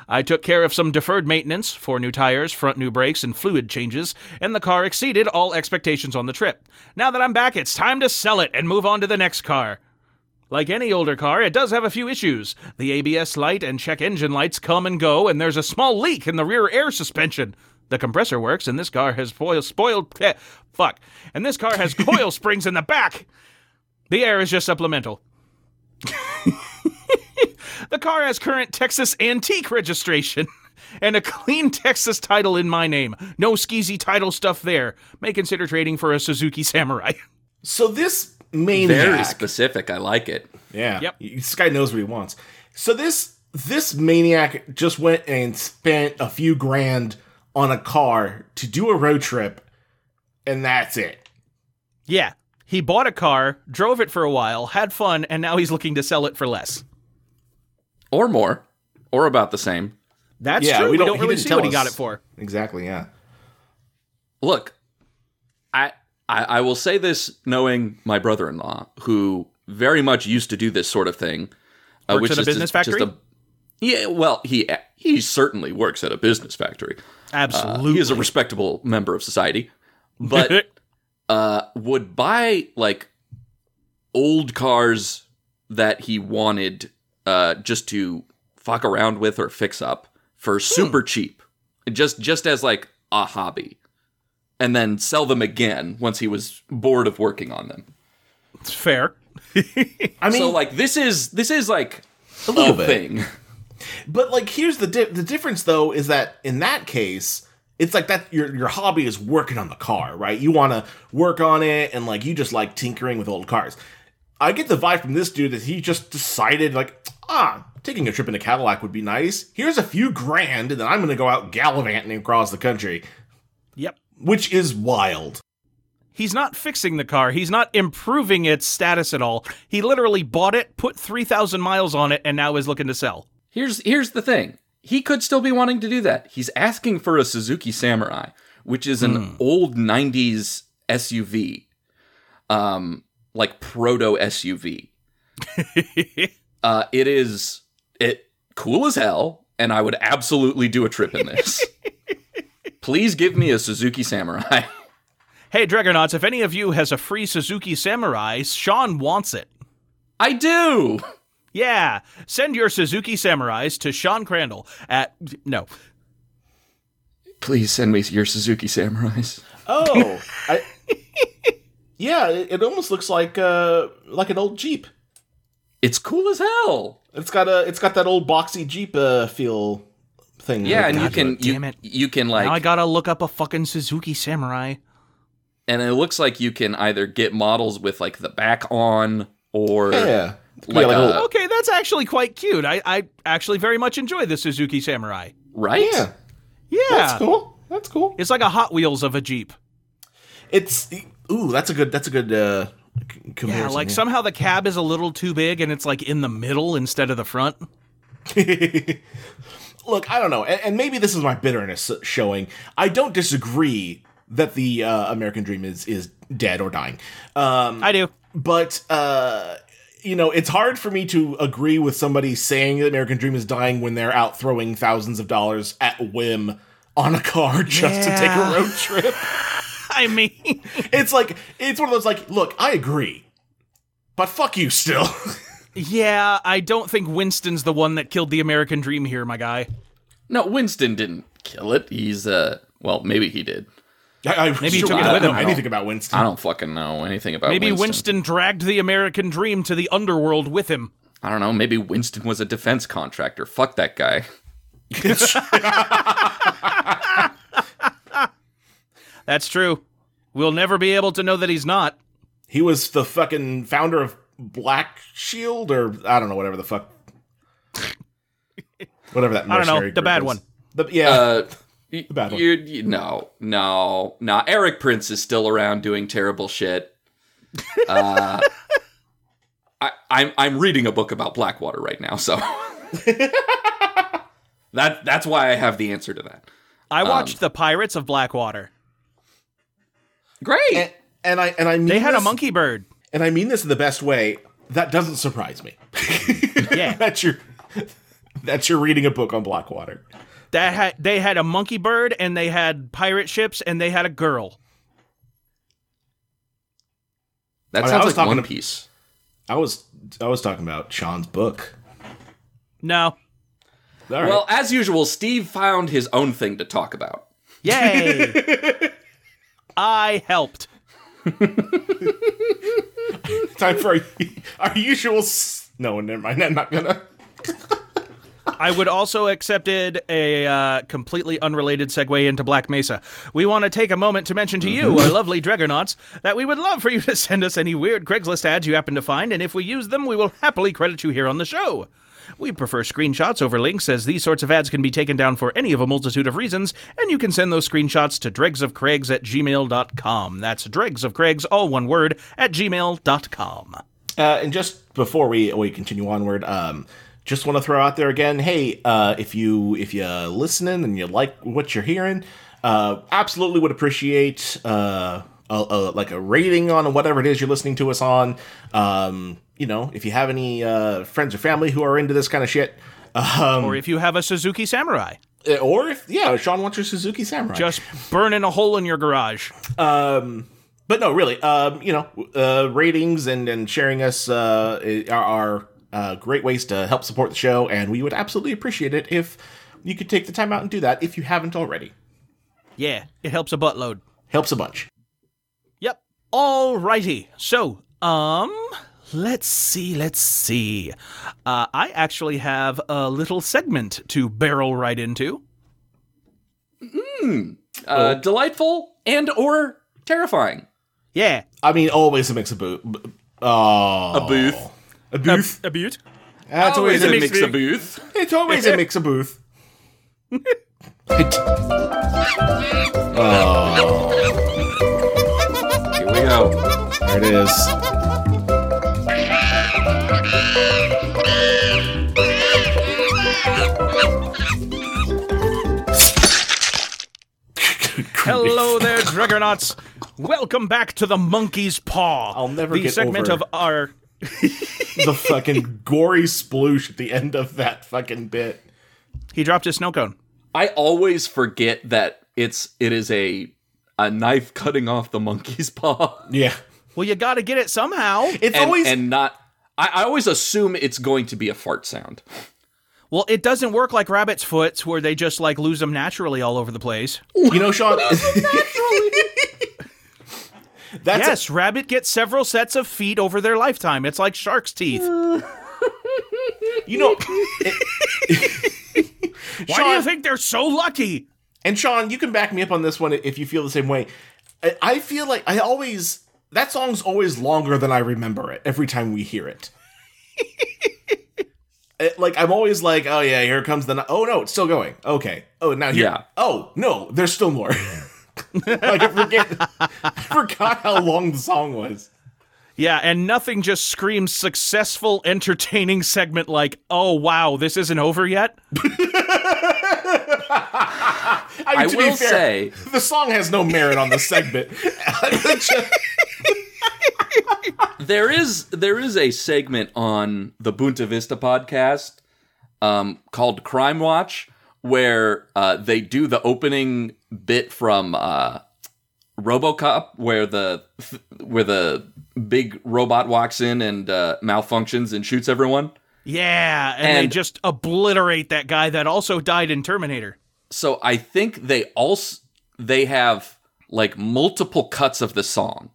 Speaker 1: I took care of some deferred maintenance, four new tires, front new brakes, and fluid changes, and the car exceeded all expectations on the trip. Now that I'm back, it's time to sell it and move on to the next car. Like any older car, it does have a few issues. The ABS light and check engine lights come and go, and there's a small leak in the rear air suspension. The compressor works, and this car has foil spoiled. eh, fuck. And this car has coil springs in the back. The air is just supplemental. the car has current Texas antique registration and a clean Texas title in my name. No skeezy title stuff there. May consider trading for a Suzuki Samurai.
Speaker 2: So this maniac.
Speaker 3: Very specific. I like it.
Speaker 2: Yeah.
Speaker 1: Yep.
Speaker 2: This guy knows what he wants. So this this maniac just went and spent a few grand on a car to do a road trip, and that's it.
Speaker 1: Yeah. He bought a car, drove it for a while, had fun, and now he's looking to sell it for less.
Speaker 3: Or more. Or about the same.
Speaker 1: That's
Speaker 2: Yeah,
Speaker 1: true.
Speaker 2: we
Speaker 1: We don't,
Speaker 2: don't- he
Speaker 1: really
Speaker 2: didn't
Speaker 1: see
Speaker 2: tell
Speaker 1: what he got it
Speaker 2: us.
Speaker 1: for.
Speaker 2: Exactly. Yeah.
Speaker 3: Look, I, I I will say this knowing my brother-in-law, who very much used to do this sort of thing, uh,
Speaker 1: Works at a business factory?
Speaker 3: yeah, well, he he certainly works at a business factory.
Speaker 1: Absolutely.
Speaker 3: Uh, He is a respectable member of society, but uh, would buy like old cars that he wanted uh, just to fuck around with or fix up
Speaker 2: Hmm.
Speaker 3: for super cheap, just just as like a hobby, and then sell them again once he was bored of working on them.
Speaker 1: It's fair.
Speaker 2: I mean,
Speaker 3: so like this is this is like a
Speaker 2: little bit.
Speaker 3: thing.
Speaker 2: but like, here's the di- the difference though is that in that case, it's like that your your hobby is working on the car, right? You want to work on it, and like you just like tinkering with old cars. I get the vibe from this dude that he just decided like, ah, taking a trip in a Cadillac would be nice. Here's a few grand, and then I'm gonna go out gallivanting across the country,
Speaker 1: Yep.
Speaker 2: which is wild.
Speaker 1: He's not fixing the car. He's not improving its status at all. He literally bought it, put 3,000 miles on it, and now is looking to sell.
Speaker 3: Here's here's the thing. He could still be wanting to do that. He's asking for a Suzuki Samurai, which is an
Speaker 1: Hmm.
Speaker 3: old '90s SUV, um, like proto SUV. uh, it is it cool as hell, and I would absolutely do a trip in this. Please give me a Suzuki Samurai.
Speaker 1: Hey, Dragonauts, if any of you has a free Suzuki Samurai, Sean wants it.
Speaker 3: I do.
Speaker 1: Yeah. Send your Suzuki Samurais to Sean Crandall at. No.
Speaker 3: Please send me your Suzuki Samurais.
Speaker 2: Oh, I, yeah, it, it almost looks like uh like an old Jeep.
Speaker 3: it's cool as
Speaker 1: Oh
Speaker 3: hell.
Speaker 2: It's got a it's got that old boxy Jeep uh, feel thing. Like,
Speaker 3: Yeah, and you
Speaker 1: God
Speaker 3: can you,
Speaker 1: damn it.
Speaker 3: you can like
Speaker 1: now I gotta look up a fucking Suzuki Samurai.
Speaker 3: and it looks like you can either get models with like the back on or
Speaker 2: yeah. It's gonna be
Speaker 3: Like
Speaker 2: like a
Speaker 3: a-
Speaker 2: little-
Speaker 1: Okay, that's actually quite cute. I, I actually very much enjoy the Suzuki Samurai.
Speaker 3: right?
Speaker 2: yeah,
Speaker 1: Yeah.
Speaker 2: that's cool. That's cool.
Speaker 1: It's like a Hot Wheels of a Jeep.
Speaker 2: It's ooh, that's a good that's a good uh, c-
Speaker 1: Yeah,
Speaker 2: comparison.
Speaker 1: like somehow the cab is a little too big and it's like in the middle instead of the front.
Speaker 2: Look, I don't know, and, and maybe this is my bitterness showing. I don't disagree that the uh, American Dream is is dead or dying. Um,
Speaker 1: I do.
Speaker 2: but uh you know it's hard for me to agree with somebody saying the american dream is dying when they're out throwing thousands of dollars at whim on a car just to take
Speaker 1: Yeah.
Speaker 2: a road trip
Speaker 1: I mean,
Speaker 2: it's like it's one of those like look i agree but fuck you still
Speaker 1: yeah, I don't think Winston's the one that killed the American dream here, my guy.
Speaker 3: No, Winston didn't kill it. He's uh well, maybe he did.
Speaker 2: I, I
Speaker 1: he
Speaker 2: sure
Speaker 1: took it
Speaker 2: don't
Speaker 1: with
Speaker 2: know
Speaker 1: him. Um,
Speaker 2: anything about winston
Speaker 3: I don't fucking know anything about
Speaker 1: Maybe
Speaker 3: Winston.
Speaker 1: Winston dragged the American dream to the underworld with him.
Speaker 3: I don't know. Maybe Winston was a defense contractor. Fuck that guy.
Speaker 1: That's true. We'll never be able to know that he's not.
Speaker 2: he was the fucking founder of black shield or i don't know whatever the fuck whatever that
Speaker 1: I don't know,
Speaker 2: mercenary
Speaker 1: the
Speaker 2: group
Speaker 1: bad
Speaker 2: is.
Speaker 1: one.
Speaker 2: the, yeah
Speaker 3: Uh, y-
Speaker 2: bad one.
Speaker 3: you, you, no, no, no. Eric Prince is still around doing terrible shit. Uh, I, I'm I'm reading a book about Blackwater right now, so that that's why I have the answer to that.
Speaker 1: I
Speaker 3: Um,
Speaker 1: watched The Pirates of Blackwater.
Speaker 3: Great.
Speaker 2: and, and i and i mean
Speaker 1: They had a
Speaker 2: this-
Speaker 1: monkey bird.
Speaker 2: and I mean this in the best way, that doesn't surprise me.
Speaker 1: Yeah.
Speaker 2: that you're that you're reading a book on Blackwater.
Speaker 1: That had they had a monkey bird and they had pirate ships and they had a girl.
Speaker 3: That
Speaker 2: I mean, I
Speaker 3: sounds
Speaker 2: was
Speaker 3: like
Speaker 2: talking
Speaker 3: One
Speaker 2: to-
Speaker 3: Piece.
Speaker 2: I was I was talking about Sean's book.
Speaker 1: No.
Speaker 2: All right.
Speaker 3: Well, as usual, Steve found his own thing to talk about.
Speaker 1: Yay. I helped.
Speaker 2: time for our, our usual. S- no, never mind. I'm not gonna.
Speaker 1: I would also accepted a uh, completely unrelated segue into Black Mesa. We want to take a moment to mention to you, our lovely Dragonauts, that we would love for you to send us any weird Craigslist ads you happen to find, and if we use them, we will happily credit you here on the show. We prefer screenshots over links, as these sorts of ads can be taken down for any of a multitude of reasons, and you can send those screenshots to dregsofcraigs at gmail.com. That's dregsofcraigs, all one word, at gmail.com.
Speaker 2: Uh, and just before we we continue onward, um, just want to throw out there again, hey, uh, if you if you're listening and you like what you're hearing, uh, absolutely would appreciate uh, a, a, like a rating on whatever it is you're listening to us on. Um, you know, if you have any uh, friends or family who are into this kind of shit, um,
Speaker 1: Or if you have a Suzuki Samurai,
Speaker 2: or if yeah, Sean wants your Suzuki Samurai.
Speaker 1: just burning a hole in your garage.
Speaker 2: but no, really, um, you know, uh, ratings and and sharing us uh, i- are, are uh, great ways to help support the show, and we would absolutely appreciate it if you could take the time out and do that if you haven't already.
Speaker 1: Yeah, it helps a buttload.
Speaker 2: Helps a bunch.
Speaker 1: Yep. Alrighty. So, um, let's see, let's see. Uh, I actually have a little segment to barrel right into.
Speaker 3: Uh, Delightful and or terrifying.
Speaker 1: Yeah.
Speaker 2: I mean, always a mix of booth. Oh,
Speaker 3: A booth.
Speaker 2: a booth.
Speaker 1: A butte.
Speaker 2: That's always,
Speaker 3: a
Speaker 2: a mix.
Speaker 3: mix of booth.
Speaker 2: It's always a mix of booth. It-
Speaker 3: Oh. Here we go.
Speaker 2: there it is.
Speaker 1: Hello there, Dragonauts. Welcome back to the Monkey's Paw.
Speaker 2: I'll never
Speaker 1: the
Speaker 2: get
Speaker 1: segment
Speaker 2: over-
Speaker 1: of our.
Speaker 2: the fucking gory sploosh at the end of that fucking bit.
Speaker 1: He dropped his snow cone.
Speaker 3: I always forget that it's it is a a knife cutting off the monkey's paw.
Speaker 2: Yeah,
Speaker 1: Well, you got to get it somehow.
Speaker 2: it's
Speaker 3: And,
Speaker 2: always
Speaker 3: and not I, I always assume it's going to be a fart sound.
Speaker 1: Well, it doesn't work like rabbit's foots, where they just like lose them naturally all over the place.
Speaker 2: You know, Sean. That's
Speaker 1: Yes, rabbit gets several sets of feet over their lifetime. It's like shark's teeth.
Speaker 2: you know,
Speaker 1: Why do you think they're so lucky?
Speaker 2: and Sean, you can back me up on this one if you feel the same way. I, I feel like I always that song's always longer than I remember it every time we hear it. It- like I'm always like, oh yeah, here comes the. ni- Oh no, it's still going. Okay. Oh now here.
Speaker 3: Yeah.
Speaker 2: Oh no, there's still more. like I forget, I forgot how long the song was.
Speaker 1: Yeah, and nothing just screams successful, entertaining segment like, oh wow, this isn't over yet.
Speaker 2: I,
Speaker 3: I
Speaker 2: mean, to be
Speaker 3: will
Speaker 2: fair,
Speaker 3: say,
Speaker 2: the song has no merit on the segment.
Speaker 3: there is there is a segment on the Bunta Vista podcast um, called Crime Watch where uh, they do the opening bit from uh, RoboCop where the where the big robot walks in and uh, malfunctions and shoots everyone.
Speaker 1: Yeah, and, they
Speaker 3: And-
Speaker 1: just obliterate that guy that also died in Terminator.
Speaker 3: So I think they also they have like multiple cuts of the song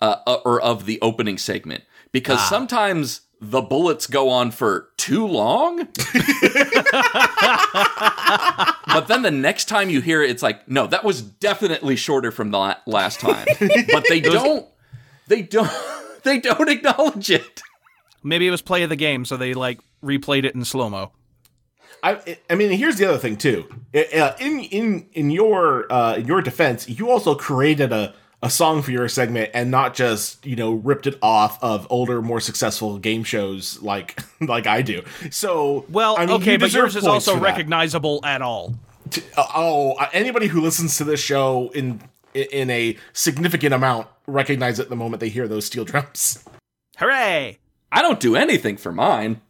Speaker 3: uh, uh, or of the opening segment because sometimes the bullets go on for too long. but then the next time you hear it it's like no that was definitely shorter from the la- last time. But they don't they don't they don't acknowledge it.
Speaker 1: Maybe it was play of the game, so they like replayed it in slow mo.
Speaker 2: I, I mean, here's the other thing too. Uh, In in in your uh, in your defense, you also created a a song for your segment and not just you know ripped it off of older, more successful game shows like like I do. So
Speaker 1: Well,
Speaker 2: I mean,
Speaker 1: okay,
Speaker 2: you
Speaker 1: but
Speaker 2: deserve
Speaker 1: yours is
Speaker 2: points
Speaker 1: also
Speaker 2: for that.
Speaker 1: recognizable at all.
Speaker 2: Uh, Oh, uh, anybody who listens to this show in in a significant amount recognize it the moment they hear those steel drums.
Speaker 1: Hooray!
Speaker 3: I don't do anything for mine.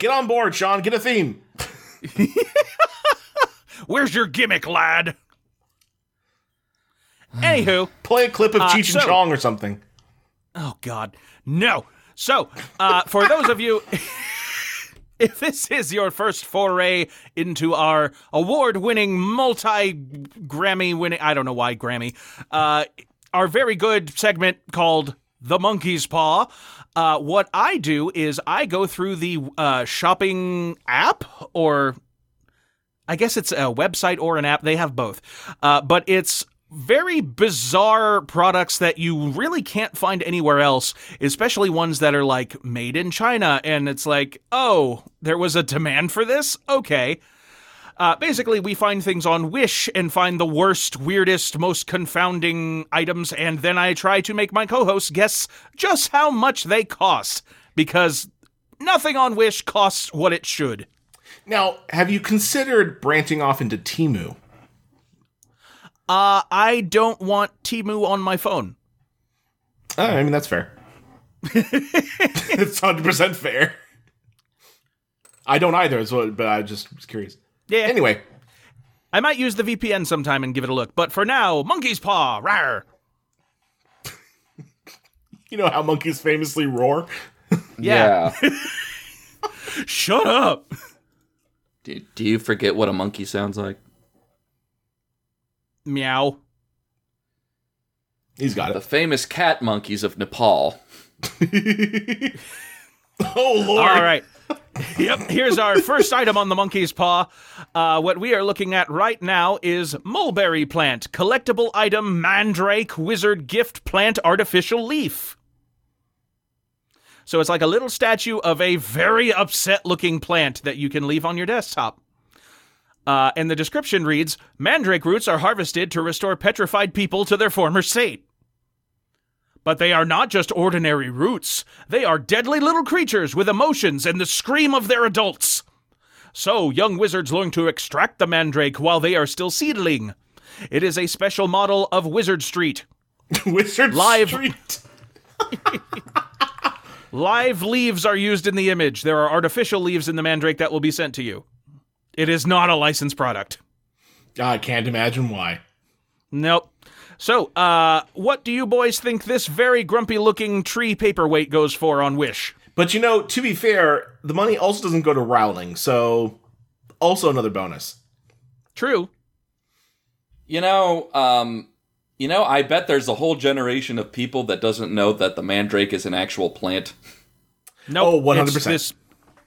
Speaker 2: Get on board, Sean. Get a theme.
Speaker 1: Where's your gimmick, lad? Anywho,
Speaker 2: Play a clip of Cheech and
Speaker 1: Uh, so-
Speaker 2: Chong or something.
Speaker 1: oh god, no. So, uh, for those of you, if this is your first foray into our award-winning, multi-Grammy-winning—I don't know why Grammy—our very good segment called "The Monkey's Paw." Uh, what I do is I go through the uh, shopping app or I guess it's a website or an app. They have both. Uh, but it's very bizarre products that you really can't find anywhere else, especially ones that are like made in China. And it's like, oh, there was a demand for this? Okay. Uh, basically, we find things on Wish and find the worst, weirdest, most confounding items, and then I try to make my co hosts guess just how much they cost because nothing on Wish costs what it should.
Speaker 2: Now, have you considered branching off into Timu?
Speaker 1: Uh, I don't want Timu on my phone.
Speaker 2: Oh, I mean that's fair. it's hundred percent fair. I don't either, so, but I just was curious.
Speaker 1: Yeah.
Speaker 2: Anyway,
Speaker 1: I might use the VPN sometime and give it a look, but for now, monkey's paw, rar.
Speaker 2: you know how monkeys famously roar.
Speaker 1: Yeah. Shut up.
Speaker 3: do, do you forget what a monkey sounds like?
Speaker 1: Meow.
Speaker 2: He's got
Speaker 3: The famous cat monkeys of Nepal.
Speaker 2: it. oh lord!
Speaker 1: All right. Yep. Here's our first item on the monkey's paw. Uh, what we are looking at right now is mulberry plant, collectible item, mandrake, wizard gift plant, artificial leaf. So it's like a little statue of a very upset looking plant that you can leave on your desktop. Uh, and the description reads Mandrake roots are harvested to restore petrified people to their former state. But they are not just ordinary roots. They are deadly little creatures with emotions and the scream of their adults. So, young wizards learn to extract the mandrake while they are still seedling. It is a special model of Wizard Street.
Speaker 2: Wizard
Speaker 1: Live.
Speaker 2: Street.
Speaker 1: Live leaves are used in the image. There are artificial leaves in the mandrake that will be sent to you. It is not a licensed product.
Speaker 2: Ah, I can't imagine why.
Speaker 1: Nope. So, uh, what do you boys think this very grumpy looking tree paperweight goes for on Wish?
Speaker 2: But you know, to be fair, the money also doesn't go to Rowling, so also another bonus.
Speaker 1: True.
Speaker 3: You know, um, you know, I bet there's a whole generation of people that doesn't know that the mandrake is an actual plant.
Speaker 1: Nope,
Speaker 2: Oh, 100%.
Speaker 1: It's this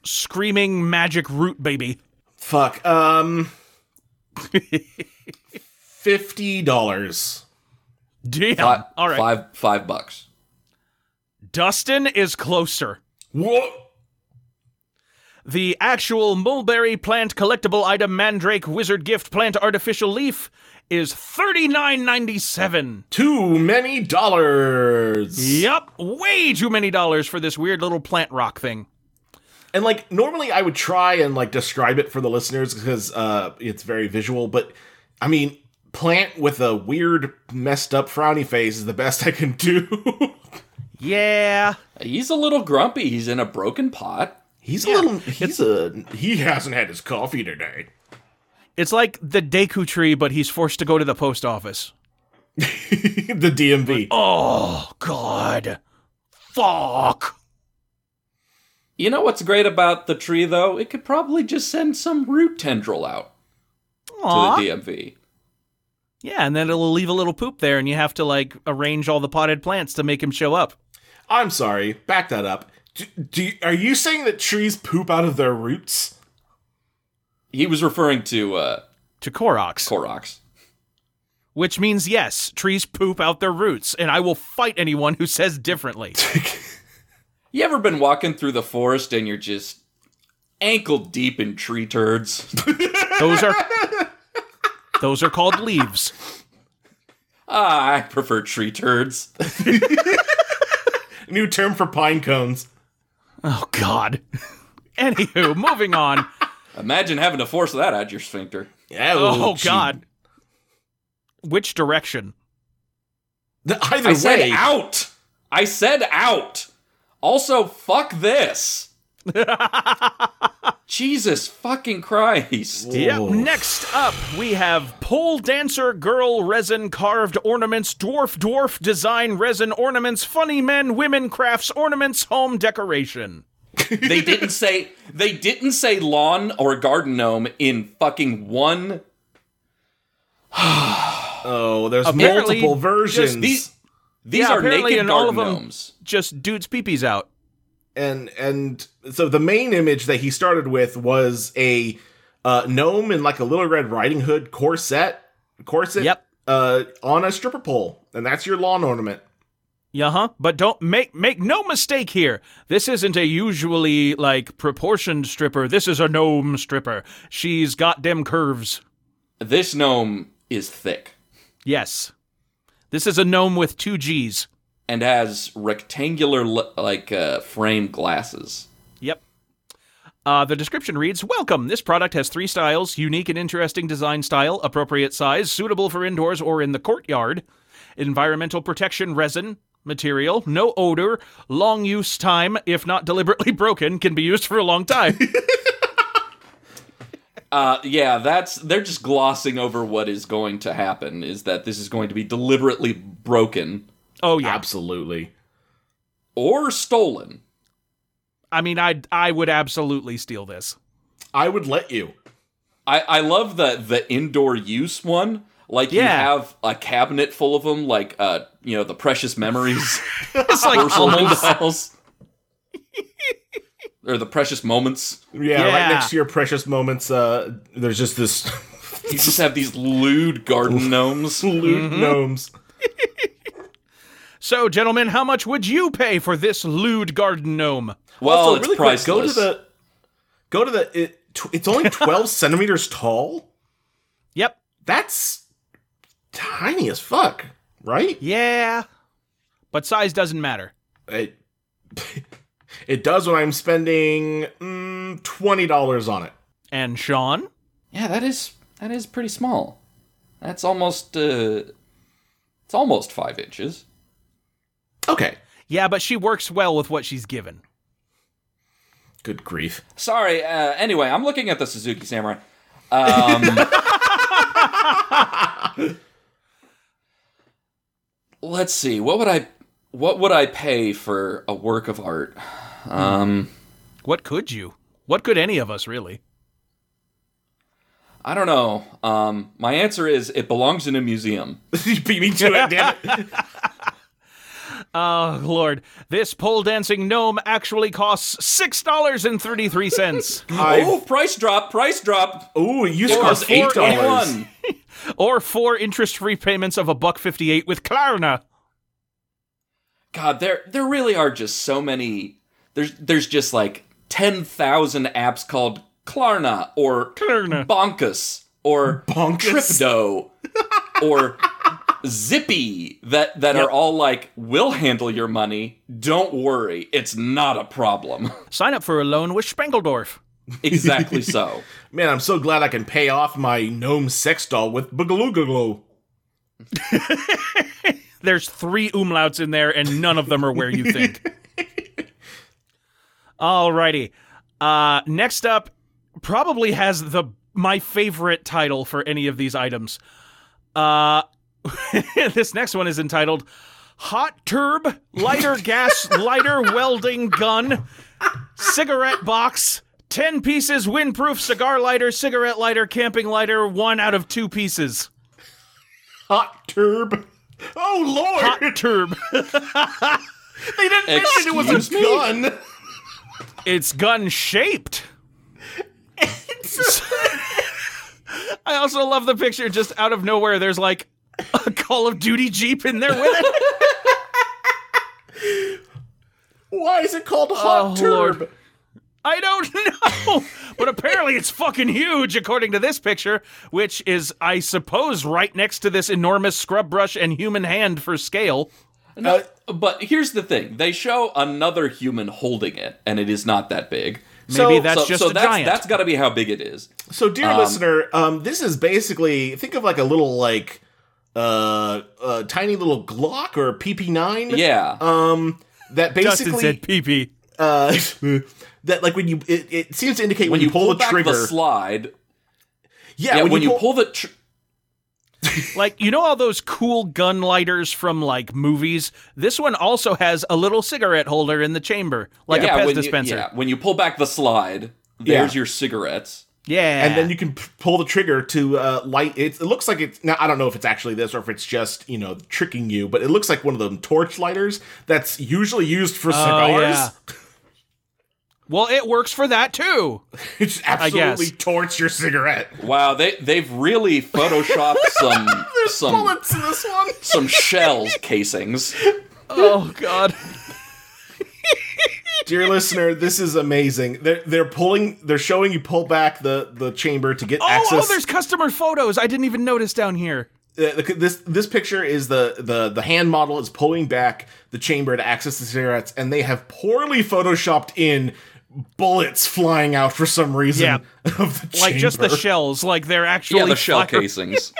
Speaker 1: screaming magic root baby.
Speaker 2: Fuck. Um. Fifty dollars.
Speaker 1: Damn.
Speaker 3: Five,
Speaker 1: All right.
Speaker 3: five five bucks.
Speaker 1: Dustin is closer.
Speaker 2: What?
Speaker 1: The actual mulberry plant collectible item mandrake wizard gift plant artificial leaf is thirty nine ninety seven.
Speaker 2: Too many dollars.
Speaker 1: Yup, way too many dollars for this weird little plant rock thing.
Speaker 2: And like normally I would try and like describe it for the listeners because uh it's very visual, but I mean plant with a weird messed up frowny face is the best I can do.
Speaker 1: Yeah.
Speaker 3: He's a little grumpy. He's in a broken pot.
Speaker 2: he's a little he's a he hasn't had his coffee today.
Speaker 1: It's like the Deku tree, but he's forced to go to the post office.
Speaker 2: the DMV.
Speaker 1: Oh, God. Fuck.
Speaker 3: You know what's great about the tree though? It could probably just send some root tendril out
Speaker 1: Aw.
Speaker 3: to the DMV.
Speaker 1: Yeah, and then it'll leave a little poop there, and you have to, like, arrange all the potted plants to make him show up.
Speaker 2: I'm sorry. Back that up. Do, do you- are you saying that trees poop out of their roots?
Speaker 3: He was referring to uh,
Speaker 1: To Koroks.
Speaker 3: Koroks.
Speaker 1: which means, yes, trees poop out their roots, and I will fight anyone who says differently.
Speaker 3: You ever been walking through the forest and you're just ankle deep in tree turds?
Speaker 1: Those are. Those are called leaves.
Speaker 3: ah, I prefer tree turds.
Speaker 2: New term for pine cones.
Speaker 1: Oh, God. Anywho, moving on.
Speaker 3: Imagine having to force that out your sphincter.
Speaker 1: Oh,
Speaker 2: gee.
Speaker 1: God. Which direction?
Speaker 2: The- Either
Speaker 3: I
Speaker 2: way,
Speaker 3: said out. I said out. Also, fuck this. Jesus fucking Christ.
Speaker 1: Yep.
Speaker 2: Whoa.
Speaker 1: Next up, we have pole dancer girl resin carved ornaments, dwarf dwarf design resin ornaments, funny men women crafts ornaments, home decoration.
Speaker 3: They didn't say they didn't say lawn or garden gnome in fucking one
Speaker 2: oh, there's
Speaker 1: Apparently,
Speaker 2: multiple versions.
Speaker 3: these these
Speaker 1: Yeah,
Speaker 3: are
Speaker 1: apparently
Speaker 3: naked
Speaker 1: in all
Speaker 3: garden
Speaker 1: of them-
Speaker 3: gnomes.
Speaker 1: Just dudes peepees out.
Speaker 2: and and so the main image that he started with was a uh, gnome in like a Little Red Riding Hood corset corset.
Speaker 1: Yep.
Speaker 2: Uh, on a stripper pole, and that's your lawn ornament.
Speaker 1: Uh huh. But don't make make no mistake here. This isn't a usually like proportioned stripper. This is a gnome stripper. She's got them curves.
Speaker 3: This gnome is thick
Speaker 1: Yes. This is a gnome with two G's.
Speaker 3: and has rectangular l- like uh, frame glasses.
Speaker 1: Yep. Uh, the description reads Welcome. This product has three styles unique and interesting design style, appropriate size, suitable for indoors or in the courtyard, environmental protection resin material, no odor, long use time, if not deliberately broken, can be used for a long time.
Speaker 3: Uh, yeah, that's they're just glossing over what is going to happen. Is that this is going to be deliberately broken
Speaker 1: oh, yeah.
Speaker 2: Absolutely.
Speaker 3: or stolen?
Speaker 1: I mean, I, I would absolutely steal this.
Speaker 2: I would let you.
Speaker 3: I I love the the indoor use one. Like you
Speaker 1: Yeah.
Speaker 3: have a cabinet full of them, like uh, you know, the precious memories,
Speaker 1: It's like
Speaker 2: Oh,
Speaker 3: personal
Speaker 1: almost.
Speaker 3: files, or the precious moments.
Speaker 2: Yeah,
Speaker 1: Yeah.
Speaker 2: Right next to your precious moments. Uh, there's just this
Speaker 3: You just have these lewd garden gnomes.
Speaker 2: loot
Speaker 1: Mm-hmm.
Speaker 2: gnomes.
Speaker 1: So, gentlemen, how much would you pay for this lewd garden gnome?
Speaker 3: Well,
Speaker 2: also,
Speaker 3: Oh, it's
Speaker 2: really
Speaker 3: priceless.
Speaker 2: quick, go to the go to the. It, tw- it's only twelve centimeters tall.
Speaker 1: Yep.
Speaker 2: That's tiny as fuck, right?
Speaker 1: Yeah. But size doesn't matter.
Speaker 2: It it does when I'm spending mm, twenty dollars on it.
Speaker 1: And Sean?
Speaker 3: Yeah, that is that is pretty small. That's almost uh, it's almost five inches.
Speaker 2: Okay.
Speaker 1: Yeah, but she works well with what she's given.
Speaker 2: Good grief.
Speaker 3: Sorry. Uh, anyway, I'm looking at the Suzuki Samurai. Um, let's see. What would I what would I pay for a work of art? Um,
Speaker 1: What could you? What could any of us really?
Speaker 3: I don't know. Um, my answer is it belongs in a museum.
Speaker 2: you beat me to it, damn it.
Speaker 1: Oh, Lord. This pole dancing gnome actually costs $6.33
Speaker 2: I
Speaker 3: oh, price drop, price drop.
Speaker 2: ooh, it used to
Speaker 3: Oh, Four
Speaker 2: cost eight dollars.
Speaker 3: $4.81.
Speaker 1: or four interest free payments of a buck 58 with Klarna.
Speaker 3: God, there there really are just so many. There's there's just like ten thousand apps called Klarna or
Speaker 1: Klarna.
Speaker 3: Bonkus or
Speaker 2: Bonkus.
Speaker 3: Tripdo or Zippy that that are all like we'll handle your money. Don't worry, it's not a problem.
Speaker 1: Sign up for a loan with Spengeldorf.
Speaker 3: exactly so.
Speaker 2: Man, I'm so glad I can pay off my gnome sex doll with Boogaloo.
Speaker 1: There's three umlauts in there, and none of them are where you think. Alrighty. Uh, next up, probably has the my favorite title for any of these items. Uh, this next one is entitled "Hot Turb Lighter Gas Lighter Welding Gun Cigarette Box." 10 pieces windproof cigar lighter, cigarette lighter, camping lighter, one out of two pieces.
Speaker 2: Hot turb. Oh lord!
Speaker 1: Hot turb.
Speaker 2: they didn't mention it was
Speaker 3: Excuse
Speaker 2: a
Speaker 3: me?
Speaker 2: gun.
Speaker 1: it's gun shaped. I also love the picture. Just out of nowhere, there's like a Call of Duty Jeep in there with it.
Speaker 2: Why is it called hot
Speaker 1: Oh,
Speaker 2: turb?
Speaker 1: Lord. I don't know, but apparently it's fucking huge, according to this picture, which is, I suppose, right next to this enormous scrub brush and human hand for scale.
Speaker 3: No, Uh, but here's the thing: they show another human holding it, and it is not that big.
Speaker 1: Maybe
Speaker 2: So-
Speaker 1: that's
Speaker 3: so
Speaker 1: just
Speaker 3: so
Speaker 1: a
Speaker 3: that's
Speaker 1: giant.
Speaker 3: that's got to be how big it is.
Speaker 2: So, dear listener, um, this is basically think of like a little like uh, uh tiny little Glock or PP9.
Speaker 3: Yeah.
Speaker 2: Um, that
Speaker 1: Dustin
Speaker 2: basically
Speaker 1: said pee pee.
Speaker 2: uh that like when you it, it seems to indicate when, you, pull, the
Speaker 3: back
Speaker 2: trigger.
Speaker 3: the slide.
Speaker 2: yeah,
Speaker 3: Yeah, when, you, pull, the tr-
Speaker 1: Like, you know all those cool gun lighters from like movies? This one also has a little cigarette holder in the chamber, like
Speaker 3: yeah,
Speaker 1: a Pez
Speaker 3: when
Speaker 1: dispenser.
Speaker 3: You, yeah, when you pull back the slide, there's
Speaker 2: Yeah.
Speaker 3: your cigarettes.
Speaker 1: Yeah.
Speaker 2: and then you can p- pull the trigger to uh, light it. It looks like it's now. I don't know if it's actually this or if it's just you know tricking you, but it looks like one of them torch lighters that's usually used for cigars.
Speaker 1: Oh, yeah. Well, it works for that too.
Speaker 2: It's
Speaker 1: guess.
Speaker 2: absolutely torch your cigarette.
Speaker 3: Wow, they they've really photoshopped some some
Speaker 2: Bullets in this one.
Speaker 3: some shells casings.
Speaker 1: Oh god.
Speaker 2: Dear listener, this is amazing. They're they're pulling. They're showing you pull back the the chamber to get
Speaker 1: Oh,
Speaker 2: access.
Speaker 1: there's customer photos. I didn't even notice down here.
Speaker 2: Uh, the- this this picture is the the the hand model is pulling back the chamber to access the cigarettes, and they have poorly photoshopped in bullets flying out for some reason
Speaker 1: Yeah.
Speaker 2: of the
Speaker 1: Like just the
Speaker 2: chamber.
Speaker 1: shells, like they're actually
Speaker 3: Yeah, the shell
Speaker 1: fire-
Speaker 3: casings.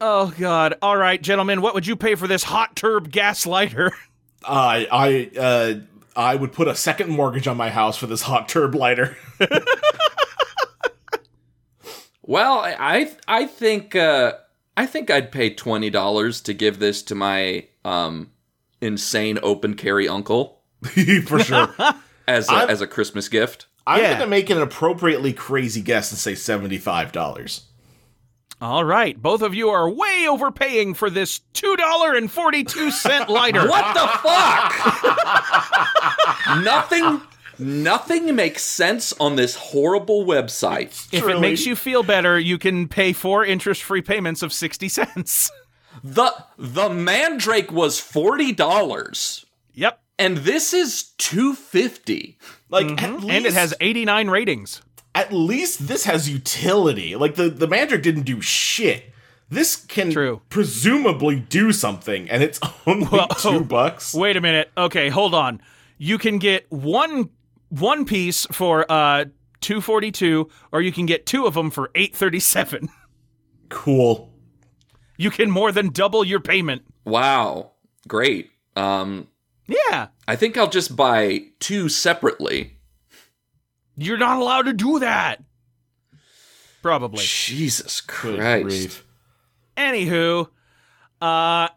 Speaker 1: Oh god. All right, gentlemen, what would you pay for this hot turb gas lighter?
Speaker 2: I I uh, I would put a second mortgage on my house for this hot turb lighter.
Speaker 3: Well, I I, I think uh, I think I'd pay twenty dollars to give this to my um, insane open carry uncle
Speaker 2: for sure.
Speaker 3: as a,
Speaker 2: I'm-
Speaker 3: as a Christmas gift.
Speaker 2: I'm
Speaker 1: Yeah.
Speaker 2: gonna make an appropriately crazy guess and say seventy five dollars.
Speaker 1: All right, both of you are way overpaying for this $2.42 lighter.
Speaker 3: What the fuck? nothing nothing makes sense on this horrible website.
Speaker 1: If it
Speaker 2: Truly.
Speaker 1: makes you feel better, you can pay four interest-free payments of 60 cents.
Speaker 3: The the mandrake was forty dollars.
Speaker 1: Yep.
Speaker 3: And this is two fifty.
Speaker 2: Like at least,
Speaker 1: Mm-hmm. And it has 89 ratings.
Speaker 2: at least this has utility. Like the the magic didn't do shit. This can
Speaker 1: True.
Speaker 2: presumably do something, and it's only
Speaker 1: oh,
Speaker 2: two bucks.
Speaker 1: Wait a minute. Okay, hold on. You can get one one piece for uh 242 or you can get two of them for 837.
Speaker 2: Cool.
Speaker 1: You can more than double your payment.
Speaker 3: Wow. Great. Um
Speaker 1: Yeah.
Speaker 3: I think I'll just buy two separately.
Speaker 1: You're not allowed to do that. Probably.
Speaker 3: Jesus
Speaker 2: Good
Speaker 3: Christ.
Speaker 2: grief.
Speaker 1: Anywho, uh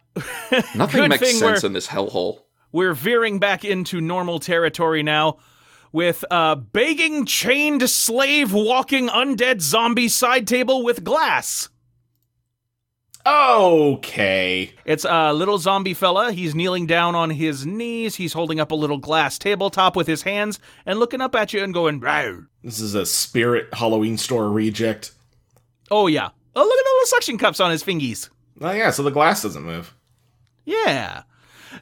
Speaker 3: Nothing
Speaker 1: Good
Speaker 3: makes
Speaker 1: thing
Speaker 3: sense
Speaker 1: we're-
Speaker 3: in this hellhole.
Speaker 1: we're veering back into normal territory now with uh begging chained slave walking undead zombie side table with glass.
Speaker 2: Okay.
Speaker 1: It's a little zombie fella. He's kneeling down on his knees. He's holding up a little glass tabletop with his hands and looking up at you and going, Row.
Speaker 2: This is a spirit Halloween store reject.
Speaker 1: Oh, yeah. Oh, look at all the suction cups on his fingies.
Speaker 2: Oh, yeah, so the glass doesn't move.
Speaker 1: Yeah.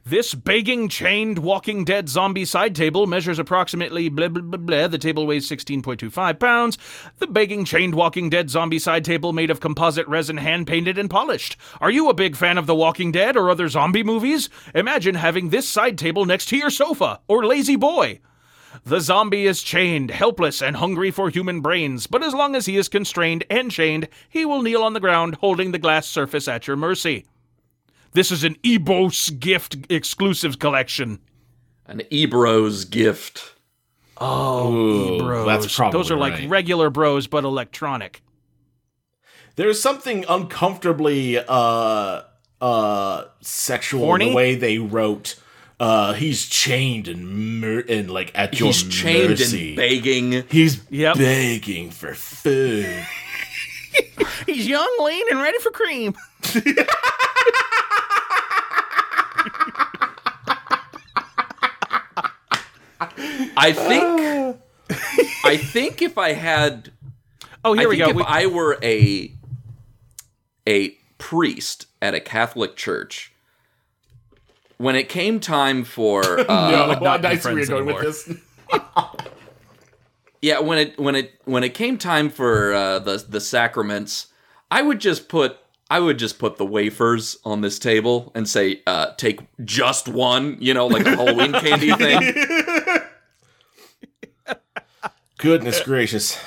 Speaker 1: This begging, chained, Walking Dead zombie side table measures approximately blah blah blah. blah. The table weighs 16.25 pounds. The begging, chained, Walking Dead zombie side table made of composite resin, hand painted and polished. Are you a big fan of The Walking Dead or other zombie movies? Imagine having this side table next to your sofa or Lazy Boy. The zombie is chained, helpless, and hungry for human brains, but as long as he is constrained and chained, he will kneel on the ground, holding the glass surface at your mercy. This is an Ebos gift exclusive collection.
Speaker 3: An Ebro's gift.
Speaker 1: Oh,
Speaker 2: Ooh,
Speaker 1: Ebros.
Speaker 2: that's probably
Speaker 1: Those are like
Speaker 2: right.
Speaker 1: regular bros, but electronic.
Speaker 2: There's something uncomfortably uh uh sexual in
Speaker 1: Horny?
Speaker 2: the way they wrote. Uh, he's chained and mer- and like at your
Speaker 3: He's chained
Speaker 2: mercy.
Speaker 3: and begging.
Speaker 2: he's
Speaker 1: Yep.
Speaker 2: begging for food.
Speaker 1: He's young, lean, and ready for cream.
Speaker 3: I think.
Speaker 1: Ah.
Speaker 3: I think if I had
Speaker 1: Oh, here
Speaker 3: I
Speaker 1: we
Speaker 3: think
Speaker 1: go.
Speaker 3: If
Speaker 1: We-
Speaker 3: I were a a priest at a Catholic church, when it came time for uh,
Speaker 2: no,
Speaker 1: would not be
Speaker 2: I see where
Speaker 1: friends
Speaker 2: you're going
Speaker 1: anymore.
Speaker 2: with this.
Speaker 3: yeah, when it when it when it came time for uh, the the sacraments, I would just put I would just put the wafers on this table and say, uh, take just one, you know, like a Halloween candy thing.
Speaker 2: Goodness gracious.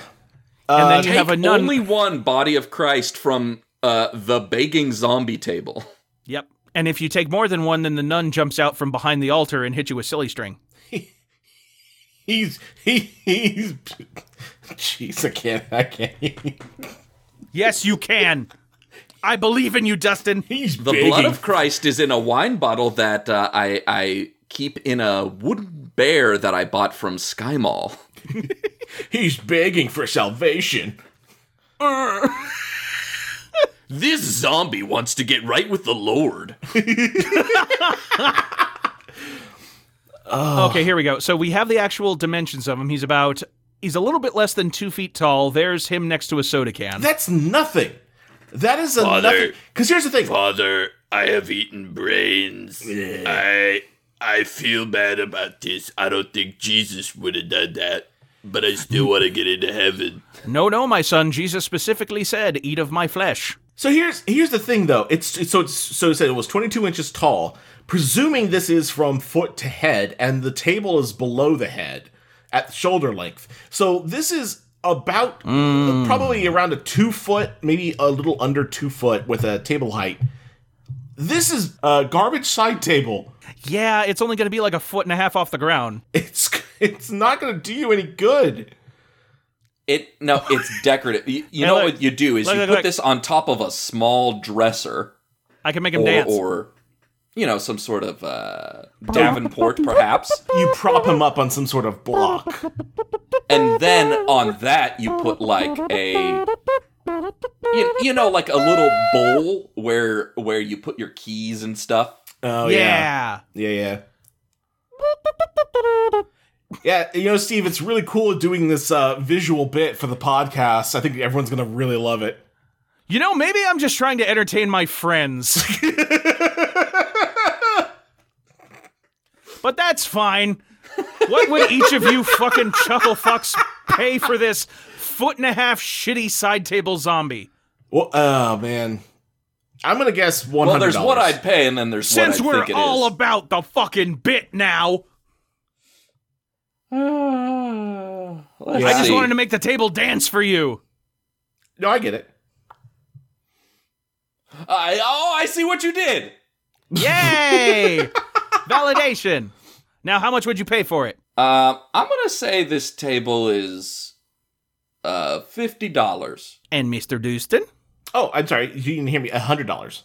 Speaker 1: and then you
Speaker 3: take
Speaker 1: have a nun.
Speaker 3: only one body of Christ from uh, the baking zombie table.
Speaker 1: yep. And if you take more than one, then the nun jumps out from behind the altar and hits you with silly string.
Speaker 2: He's he he's Jeez, I can't I can't
Speaker 1: Yes, you can. I believe in you, Dustin.
Speaker 2: He's
Speaker 3: The
Speaker 2: begging.
Speaker 3: blood of Christ is in a wine bottle that uh, I I keep in a wooden bear that I bought from Sky Mall.
Speaker 2: he's begging for salvation.
Speaker 3: This zombie wants to get right with the Lord.
Speaker 1: Okay, here we go. So we have the actual dimensions of him. He's about. He's a little bit less than two feet tall. There's him next to a soda can.
Speaker 2: That's nothing. That is a
Speaker 3: Father.
Speaker 2: nothing. Because here's the thing.
Speaker 3: Father, I have eaten brains. I I feel bad about this. I don't think Jesus would have done that, but I still want to get into heaven.
Speaker 1: No, no, my son. Jesus specifically said, "Eat of my flesh."
Speaker 2: So here's here's the thing though. It's, it's so it's so it said it was 22 inches tall. Presuming this is from foot to head, and the table is below the head at shoulder length. So this is about probably around a two foot, maybe a little under two foot with a table height. This is a garbage side table.
Speaker 1: Yeah, it's only going to be like a foot and a half off the ground.
Speaker 2: It's it's not going to do you any good.
Speaker 3: It no, it's decorative. You, you
Speaker 1: Hey,
Speaker 3: know
Speaker 1: look.
Speaker 3: what you do is
Speaker 1: Look,
Speaker 3: you
Speaker 1: look,
Speaker 3: put
Speaker 1: look.
Speaker 3: this on top of a small dresser.
Speaker 1: I can make him
Speaker 3: or,
Speaker 1: dance.
Speaker 3: or you know some sort of uh, Davenport perhaps,
Speaker 2: You prop him up on some sort of block.
Speaker 3: and then on that you put like a you, you know like a little bowl where where you put your keys and stuff.
Speaker 2: Oh
Speaker 1: yeah.
Speaker 2: Yeah, yeah. Yeah, you know, Steve, it's really cool doing this uh, visual bit for the podcast. I think everyone's gonna really love it.
Speaker 1: You know, maybe I'm just trying to entertain my friends. but that's fine. What would each of you fucking chuckle fucks pay for this foot and a half shitty side table zombie?
Speaker 2: Well, oh man, I'm gonna guess one
Speaker 3: Well,
Speaker 2: hundred.
Speaker 3: there's what I'd pay, and then there's
Speaker 1: Since
Speaker 3: what I
Speaker 1: we're
Speaker 3: think it
Speaker 1: all
Speaker 3: is.
Speaker 1: about the fucking bit now,
Speaker 3: Let's
Speaker 1: I just
Speaker 3: see.
Speaker 1: wanted to make the table dance for you.
Speaker 2: No, I get it.
Speaker 3: I, oh, I see what you did.
Speaker 1: Yay! Validation. Now, how much would you pay for it?
Speaker 3: Um, I'm gonna say this table is uh fifty dollars.
Speaker 1: And Mr. Dustin?
Speaker 2: Oh, I'm sorry, you didn't hear me. hundred dollars.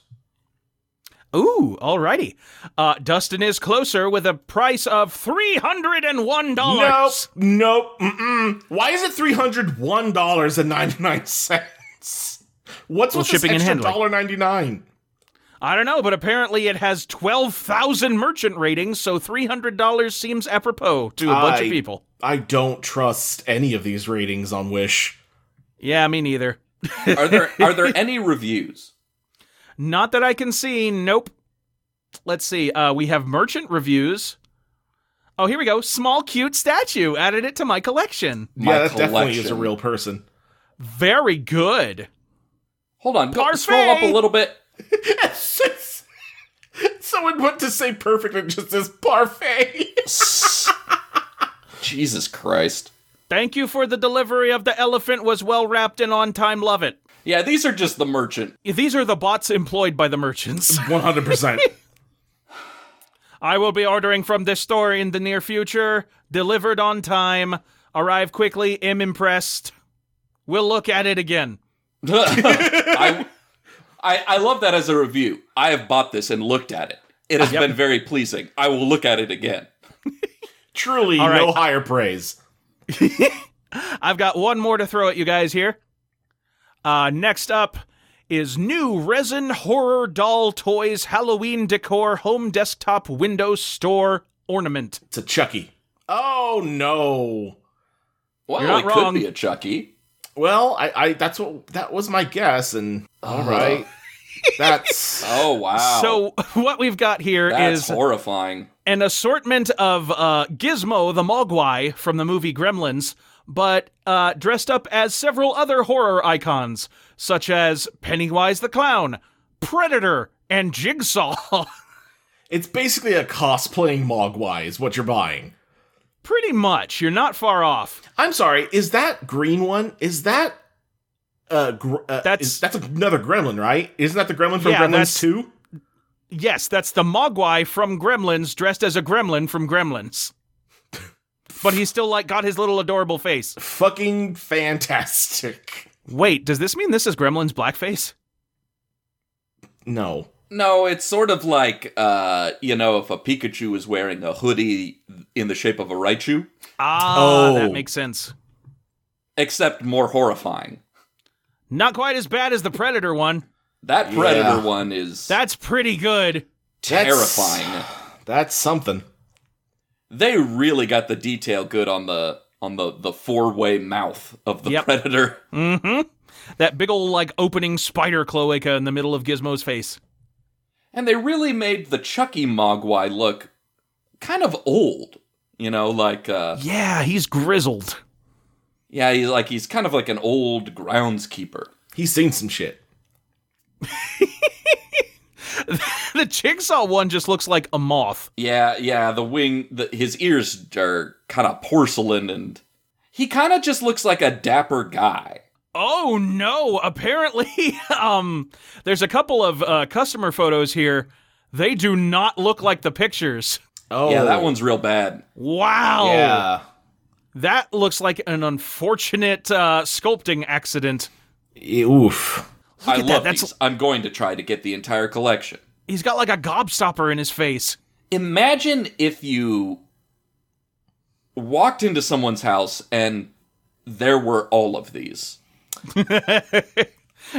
Speaker 1: Ooh, alrighty. Uh, Dustin is closer with a price of three hundred and one
Speaker 2: Nope,
Speaker 1: dollars.
Speaker 2: nope. Mm-mm. Why is it three hundred one dollars and ninety nine cents? What's
Speaker 1: Well,
Speaker 2: with shipping
Speaker 1: shipping and
Speaker 2: this extra
Speaker 1: handling.
Speaker 2: dollar ninety nine?
Speaker 1: I don't know, but apparently it has 12,000 merchant ratings, so $300 seems apropos to a bunch
Speaker 2: I-
Speaker 1: of people.
Speaker 2: I don't trust any of these ratings on Wish.
Speaker 1: Yeah, me neither.
Speaker 3: Are there are there any reviews?
Speaker 1: Not that I can see. Nope. Let's see. Uh, we have merchant reviews. Oh, here we go. Small cute statue. Added it to my collection.
Speaker 3: My
Speaker 2: yeah, that definitely is a
Speaker 3: collection.
Speaker 2: real person.
Speaker 1: Very good.
Speaker 3: Hold on, go,
Speaker 1: Parfait!
Speaker 3: scroll up a little bit.
Speaker 2: Someone went to say perfect and just says parfait.
Speaker 3: Jesus Christ.
Speaker 1: Thank you for the delivery of the elephant was well wrapped and on time. Love it.
Speaker 3: Yeah, these are just the merchant.
Speaker 1: These are the bots employed by the merchants.
Speaker 2: One hundred percent.
Speaker 1: I will be ordering from this store in the near future. Delivered on time. Arrive quickly. Am impressed. We'll look at it again.
Speaker 3: I, I I love that as a review. I have bought this and looked at it. It has been very pleasing. I will look at it again.
Speaker 2: Truly,
Speaker 1: All right.
Speaker 2: no higher praise.
Speaker 1: I've got one more to throw at you guys here. Uh, next up is new resin horror doll toys Halloween decor home desktop window store ornament.
Speaker 2: It's a Chucky. Oh no.
Speaker 3: Well,
Speaker 1: You're not
Speaker 3: it
Speaker 1: wrong.
Speaker 3: could be a E. Chucky.
Speaker 2: Well, I, I that's what that was my guess, and all
Speaker 1: Uh.
Speaker 2: right, that's
Speaker 3: Oh wow.
Speaker 1: So what we've got here is
Speaker 3: that's horrifying.
Speaker 1: an assortment of uh, Gizmo the Mogwai from the movie Gremlins, but uh, dressed up as several other horror icons such as Pennywise the Clown, Predator, and Jigsaw.
Speaker 2: it's basically a cosplaying Mogwai is what you're buying.
Speaker 1: Pretty much, you're not far off.
Speaker 2: I'm sorry, is that green one? Is that uh, gr- uh
Speaker 1: That's-
Speaker 2: is- that's another Gremlin, right? Isn't that the Gremlin from
Speaker 1: Yeah,
Speaker 2: Gremlins
Speaker 1: that's-
Speaker 2: Two?
Speaker 1: Yes, that's the Mogwai from Gremlins dressed as a gremlin from Gremlins. but he's still like got his little adorable face.
Speaker 2: Fucking fantastic.
Speaker 1: Wait, does this mean this is Gremlins blackface?
Speaker 2: No,
Speaker 3: No, it's sort of like uh, you know, if a Pikachu is wearing a hoodie in the shape of a Raichu,
Speaker 1: Ah, that
Speaker 2: Oh.
Speaker 1: makes sense.
Speaker 3: except more horrifying.
Speaker 1: Not quite as bad as the Predator one.
Speaker 3: That
Speaker 2: Yeah.
Speaker 3: Predator one is
Speaker 1: That's pretty good.
Speaker 3: terrifying.
Speaker 2: that's something.
Speaker 3: They really got the detail good on the on the the four way mouth of the
Speaker 1: Yep.
Speaker 3: Predator.
Speaker 1: Mm-hmm. That big ol' like opening spider cloaca in the middle of Gizmo's face.
Speaker 3: And they really made the Chucky Mogwai look kind of old. You know, like uh
Speaker 1: Yeah, he's grizzled.
Speaker 3: yeah, he's like he's kind of like an old groundskeeper.
Speaker 2: He's seen some shit.
Speaker 1: the Jigsaw one just looks like a moth.
Speaker 3: Yeah, yeah, the wing the, his ears are kind of porcelain and he kind of just looks like a dapper guy.
Speaker 1: Oh no! Apparently, um, there's a couple of uh, customer photos here. They do not look like the pictures.
Speaker 2: Oh,
Speaker 3: Yeah, that one's real bad.
Speaker 1: Wow,
Speaker 2: Yeah,
Speaker 1: that looks like an unfortunate uh, sculpting accident.
Speaker 2: E- oof.
Speaker 3: I
Speaker 1: at that,
Speaker 3: love
Speaker 1: that's-
Speaker 3: these. I'm going to try to get the entire collection.
Speaker 1: He's got like a gobstopper in his face.
Speaker 3: Imagine if you walked into someone's house and there were all of these.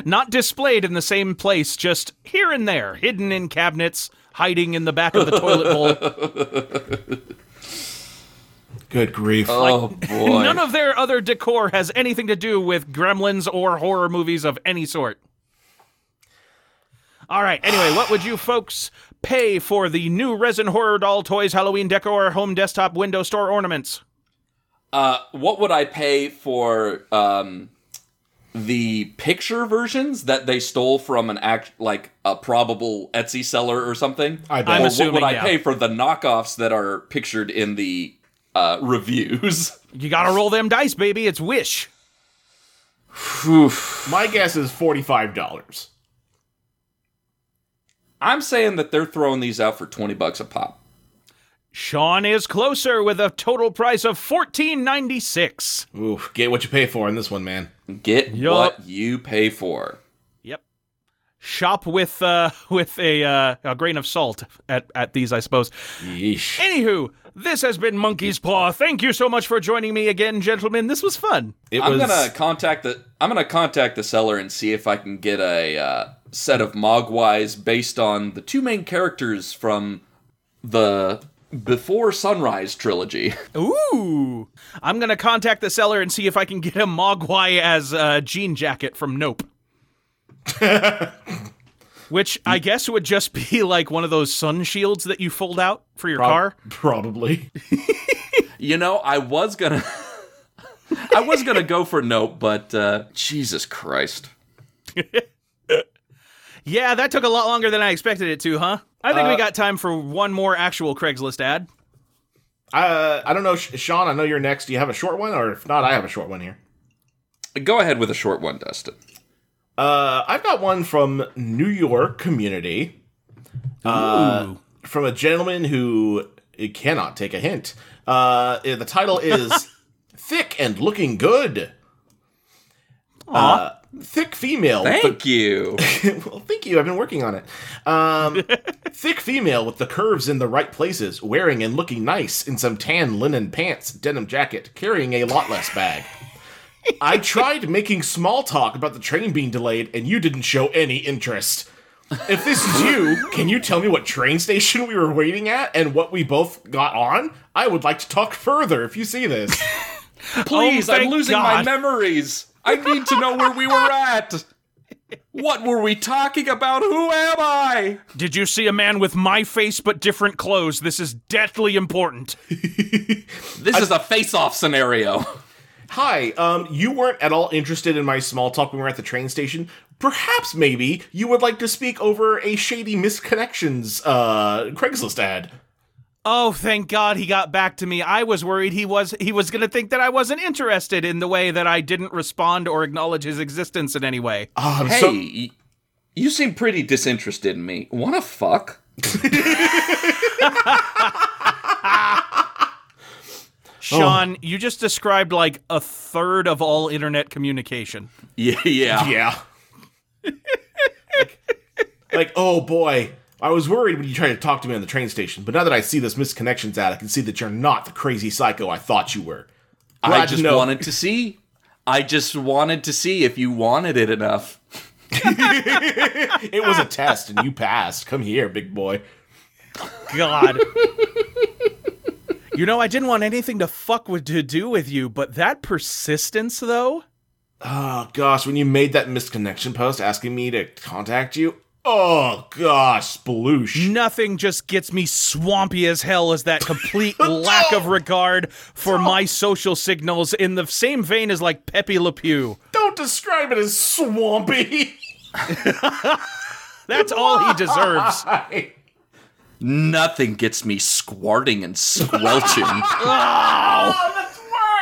Speaker 1: Not displayed in the same place, just here and there, hidden in cabinets, hiding in the back of the toilet bowl.
Speaker 2: Good grief.
Speaker 3: oh boy.
Speaker 1: None of their other decor has anything to do with gremlins or horror movies of any sort. All right, anyway, what would you folks pay for the new resin horror doll toys, Halloween decor, home desktop, window store ornaments?
Speaker 3: uh, what would I pay for um, the picture versions that they stole from an act like a probable Etsy seller or something?
Speaker 2: I
Speaker 1: I'm
Speaker 2: bet.
Speaker 3: or
Speaker 1: assuming,
Speaker 3: what would I
Speaker 1: yeah.
Speaker 3: pay for the knockoffs that are pictured in the uh, reviews?
Speaker 1: You gotta roll them dice, baby. It's Wish.
Speaker 2: My guess is forty five dollars.
Speaker 3: I'm saying that they're throwing these out for twenty bucks a pop.
Speaker 1: Sean is closer with a total price of fourteen ninety six.
Speaker 2: Oof, get what you pay for in this one, man.
Speaker 3: Get
Speaker 1: Yup.
Speaker 3: what you pay for.
Speaker 1: Yep. shop with uh, with a, uh, a grain of salt at, at these, I suppose.
Speaker 2: Yeesh.
Speaker 1: Anywho, this has been Monkey's Paw. Thank you so much for joining me again, gentlemen. This was fun.
Speaker 2: It
Speaker 3: I'm
Speaker 2: was
Speaker 3: gonna contact the I'm gonna contact the seller and see if I can get a uh, set of Mogwais based on the two main characters from the Before Sunrise trilogy.
Speaker 1: Ooh. I'm going to contact the seller and see if I can get a Mogwai as a jean jacket from Nope. Which I guess would just be like one of those sun shields that you fold out for your car.
Speaker 2: probably.
Speaker 3: You know, I was gonna I was gonna go for nope, but uh, Jesus Christ.
Speaker 1: Yeah, that took a lot longer than I expected it to, huh? I think we got time for one more actual Craigslist ad.
Speaker 2: Uh, I don't know, Sh- Sean. I know you're next. Do you have a short one, or if not, I have a short one here.
Speaker 3: Go ahead with a short one, Dustin.
Speaker 2: Uh, I've got one from New York community. Uh,
Speaker 1: Ooh.
Speaker 2: from a gentleman who cannot take a hint. Uh, the title is Thick and Looking Good. Uh, thick female. with
Speaker 3: Thank you.
Speaker 2: the- well, thank you. I've been working on it. Um, thick female with the curves in the right places, wearing and looking nice in some tan linen pants, denim jacket, carrying a lot less bag. I tried making small talk about the train being delayed, and you didn't show any interest. If this is you, can you tell me what train station we were waiting at and what we both got on? I would like to talk further if you see this.
Speaker 3: Please,
Speaker 1: Oh,
Speaker 3: I'm
Speaker 1: thank
Speaker 3: losing my
Speaker 1: God.
Speaker 3: memories. I need to know where we were at. What were we talking about? Who am I?
Speaker 1: Did you see a man with my face but different clothes? This is deathly important.
Speaker 3: This is a face-off scenario.
Speaker 2: Hi, um, you weren't at all interested in my small talk when we were at the train station. Perhaps, maybe, you would like to speak over a shady misconnections uh, Craigslist ad.
Speaker 1: Oh, thank God he got back to me. I was worried he was he was going to think that I wasn't interested in the way that I didn't respond or acknowledge his existence in any way.
Speaker 2: Oh, I'm
Speaker 3: Hey,
Speaker 2: so-
Speaker 3: y- you seem pretty disinterested in me. Wanna fuck?
Speaker 1: Sean, you just described like a third of all internet communication.
Speaker 3: Yeah, yeah.
Speaker 2: Yeah. like, like, oh boy, I was worried when you tried to talk to me on the train station, but now that I see this misconnections ad, I can see that you're not the crazy psycho I thought you were. Glad
Speaker 3: I
Speaker 2: to
Speaker 3: just
Speaker 2: know.
Speaker 3: wanted to see. I just wanted to see if you wanted it enough.
Speaker 2: It was a test, and you passed. Come here, big boy.
Speaker 1: God. you know, I didn't want anything to fuck with to do with you, but that persistence though?
Speaker 2: Oh gosh, when you made that misconnection post asking me to contact you, oh gosh, sploosh.
Speaker 1: Nothing just gets me swampy as hell as that complete lack of regard for my social signals in the same vein as like Pepe Le Pew.
Speaker 2: Don't describe it as swampy.
Speaker 1: That's all he deserves.
Speaker 3: Nothing gets me squarting and squelching
Speaker 2: oh,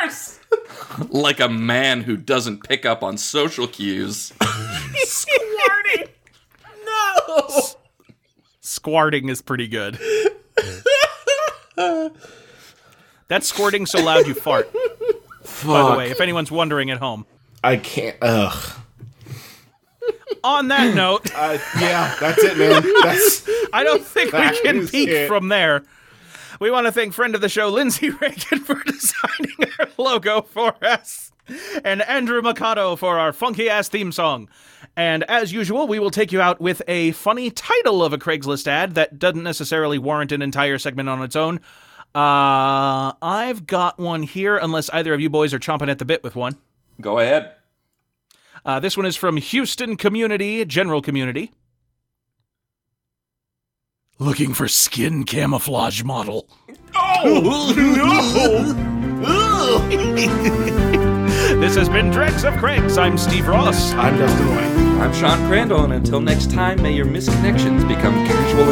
Speaker 2: that's worse.
Speaker 3: like a man who doesn't pick up on social cues.
Speaker 2: Squirting. No.
Speaker 1: Squirting is pretty good. That's squirting so loud you fart. By the way, if anyone's wondering at home.
Speaker 2: I can't. Ugh.
Speaker 1: On that note,
Speaker 2: Uh, yeah, that's it, man. That's
Speaker 1: I don't think we
Speaker 2: That
Speaker 1: can
Speaker 2: is
Speaker 1: peek
Speaker 2: it.
Speaker 1: from there. We want to thank friend of the show, Lindsay Reagan, for designing our logo for us, and Andrew Mikado for our funky ass theme song. And as usual, we will take you out with a funny title of a Craigslist ad that doesn't necessarily warrant an entire segment on its own. Uh, I've got one here, unless either of you boys are chomping at the bit with one.
Speaker 3: Go ahead.
Speaker 1: Uh, this one is from Houston Community, General Community. Looking for skin camouflage model.
Speaker 2: Oh, no. Ugh.
Speaker 1: This has been Dregs of Craigs. I'm Steve Ross.
Speaker 2: I'm Dustin White.
Speaker 3: I'm Sean Crandall, and until next time, may your misconnections become casual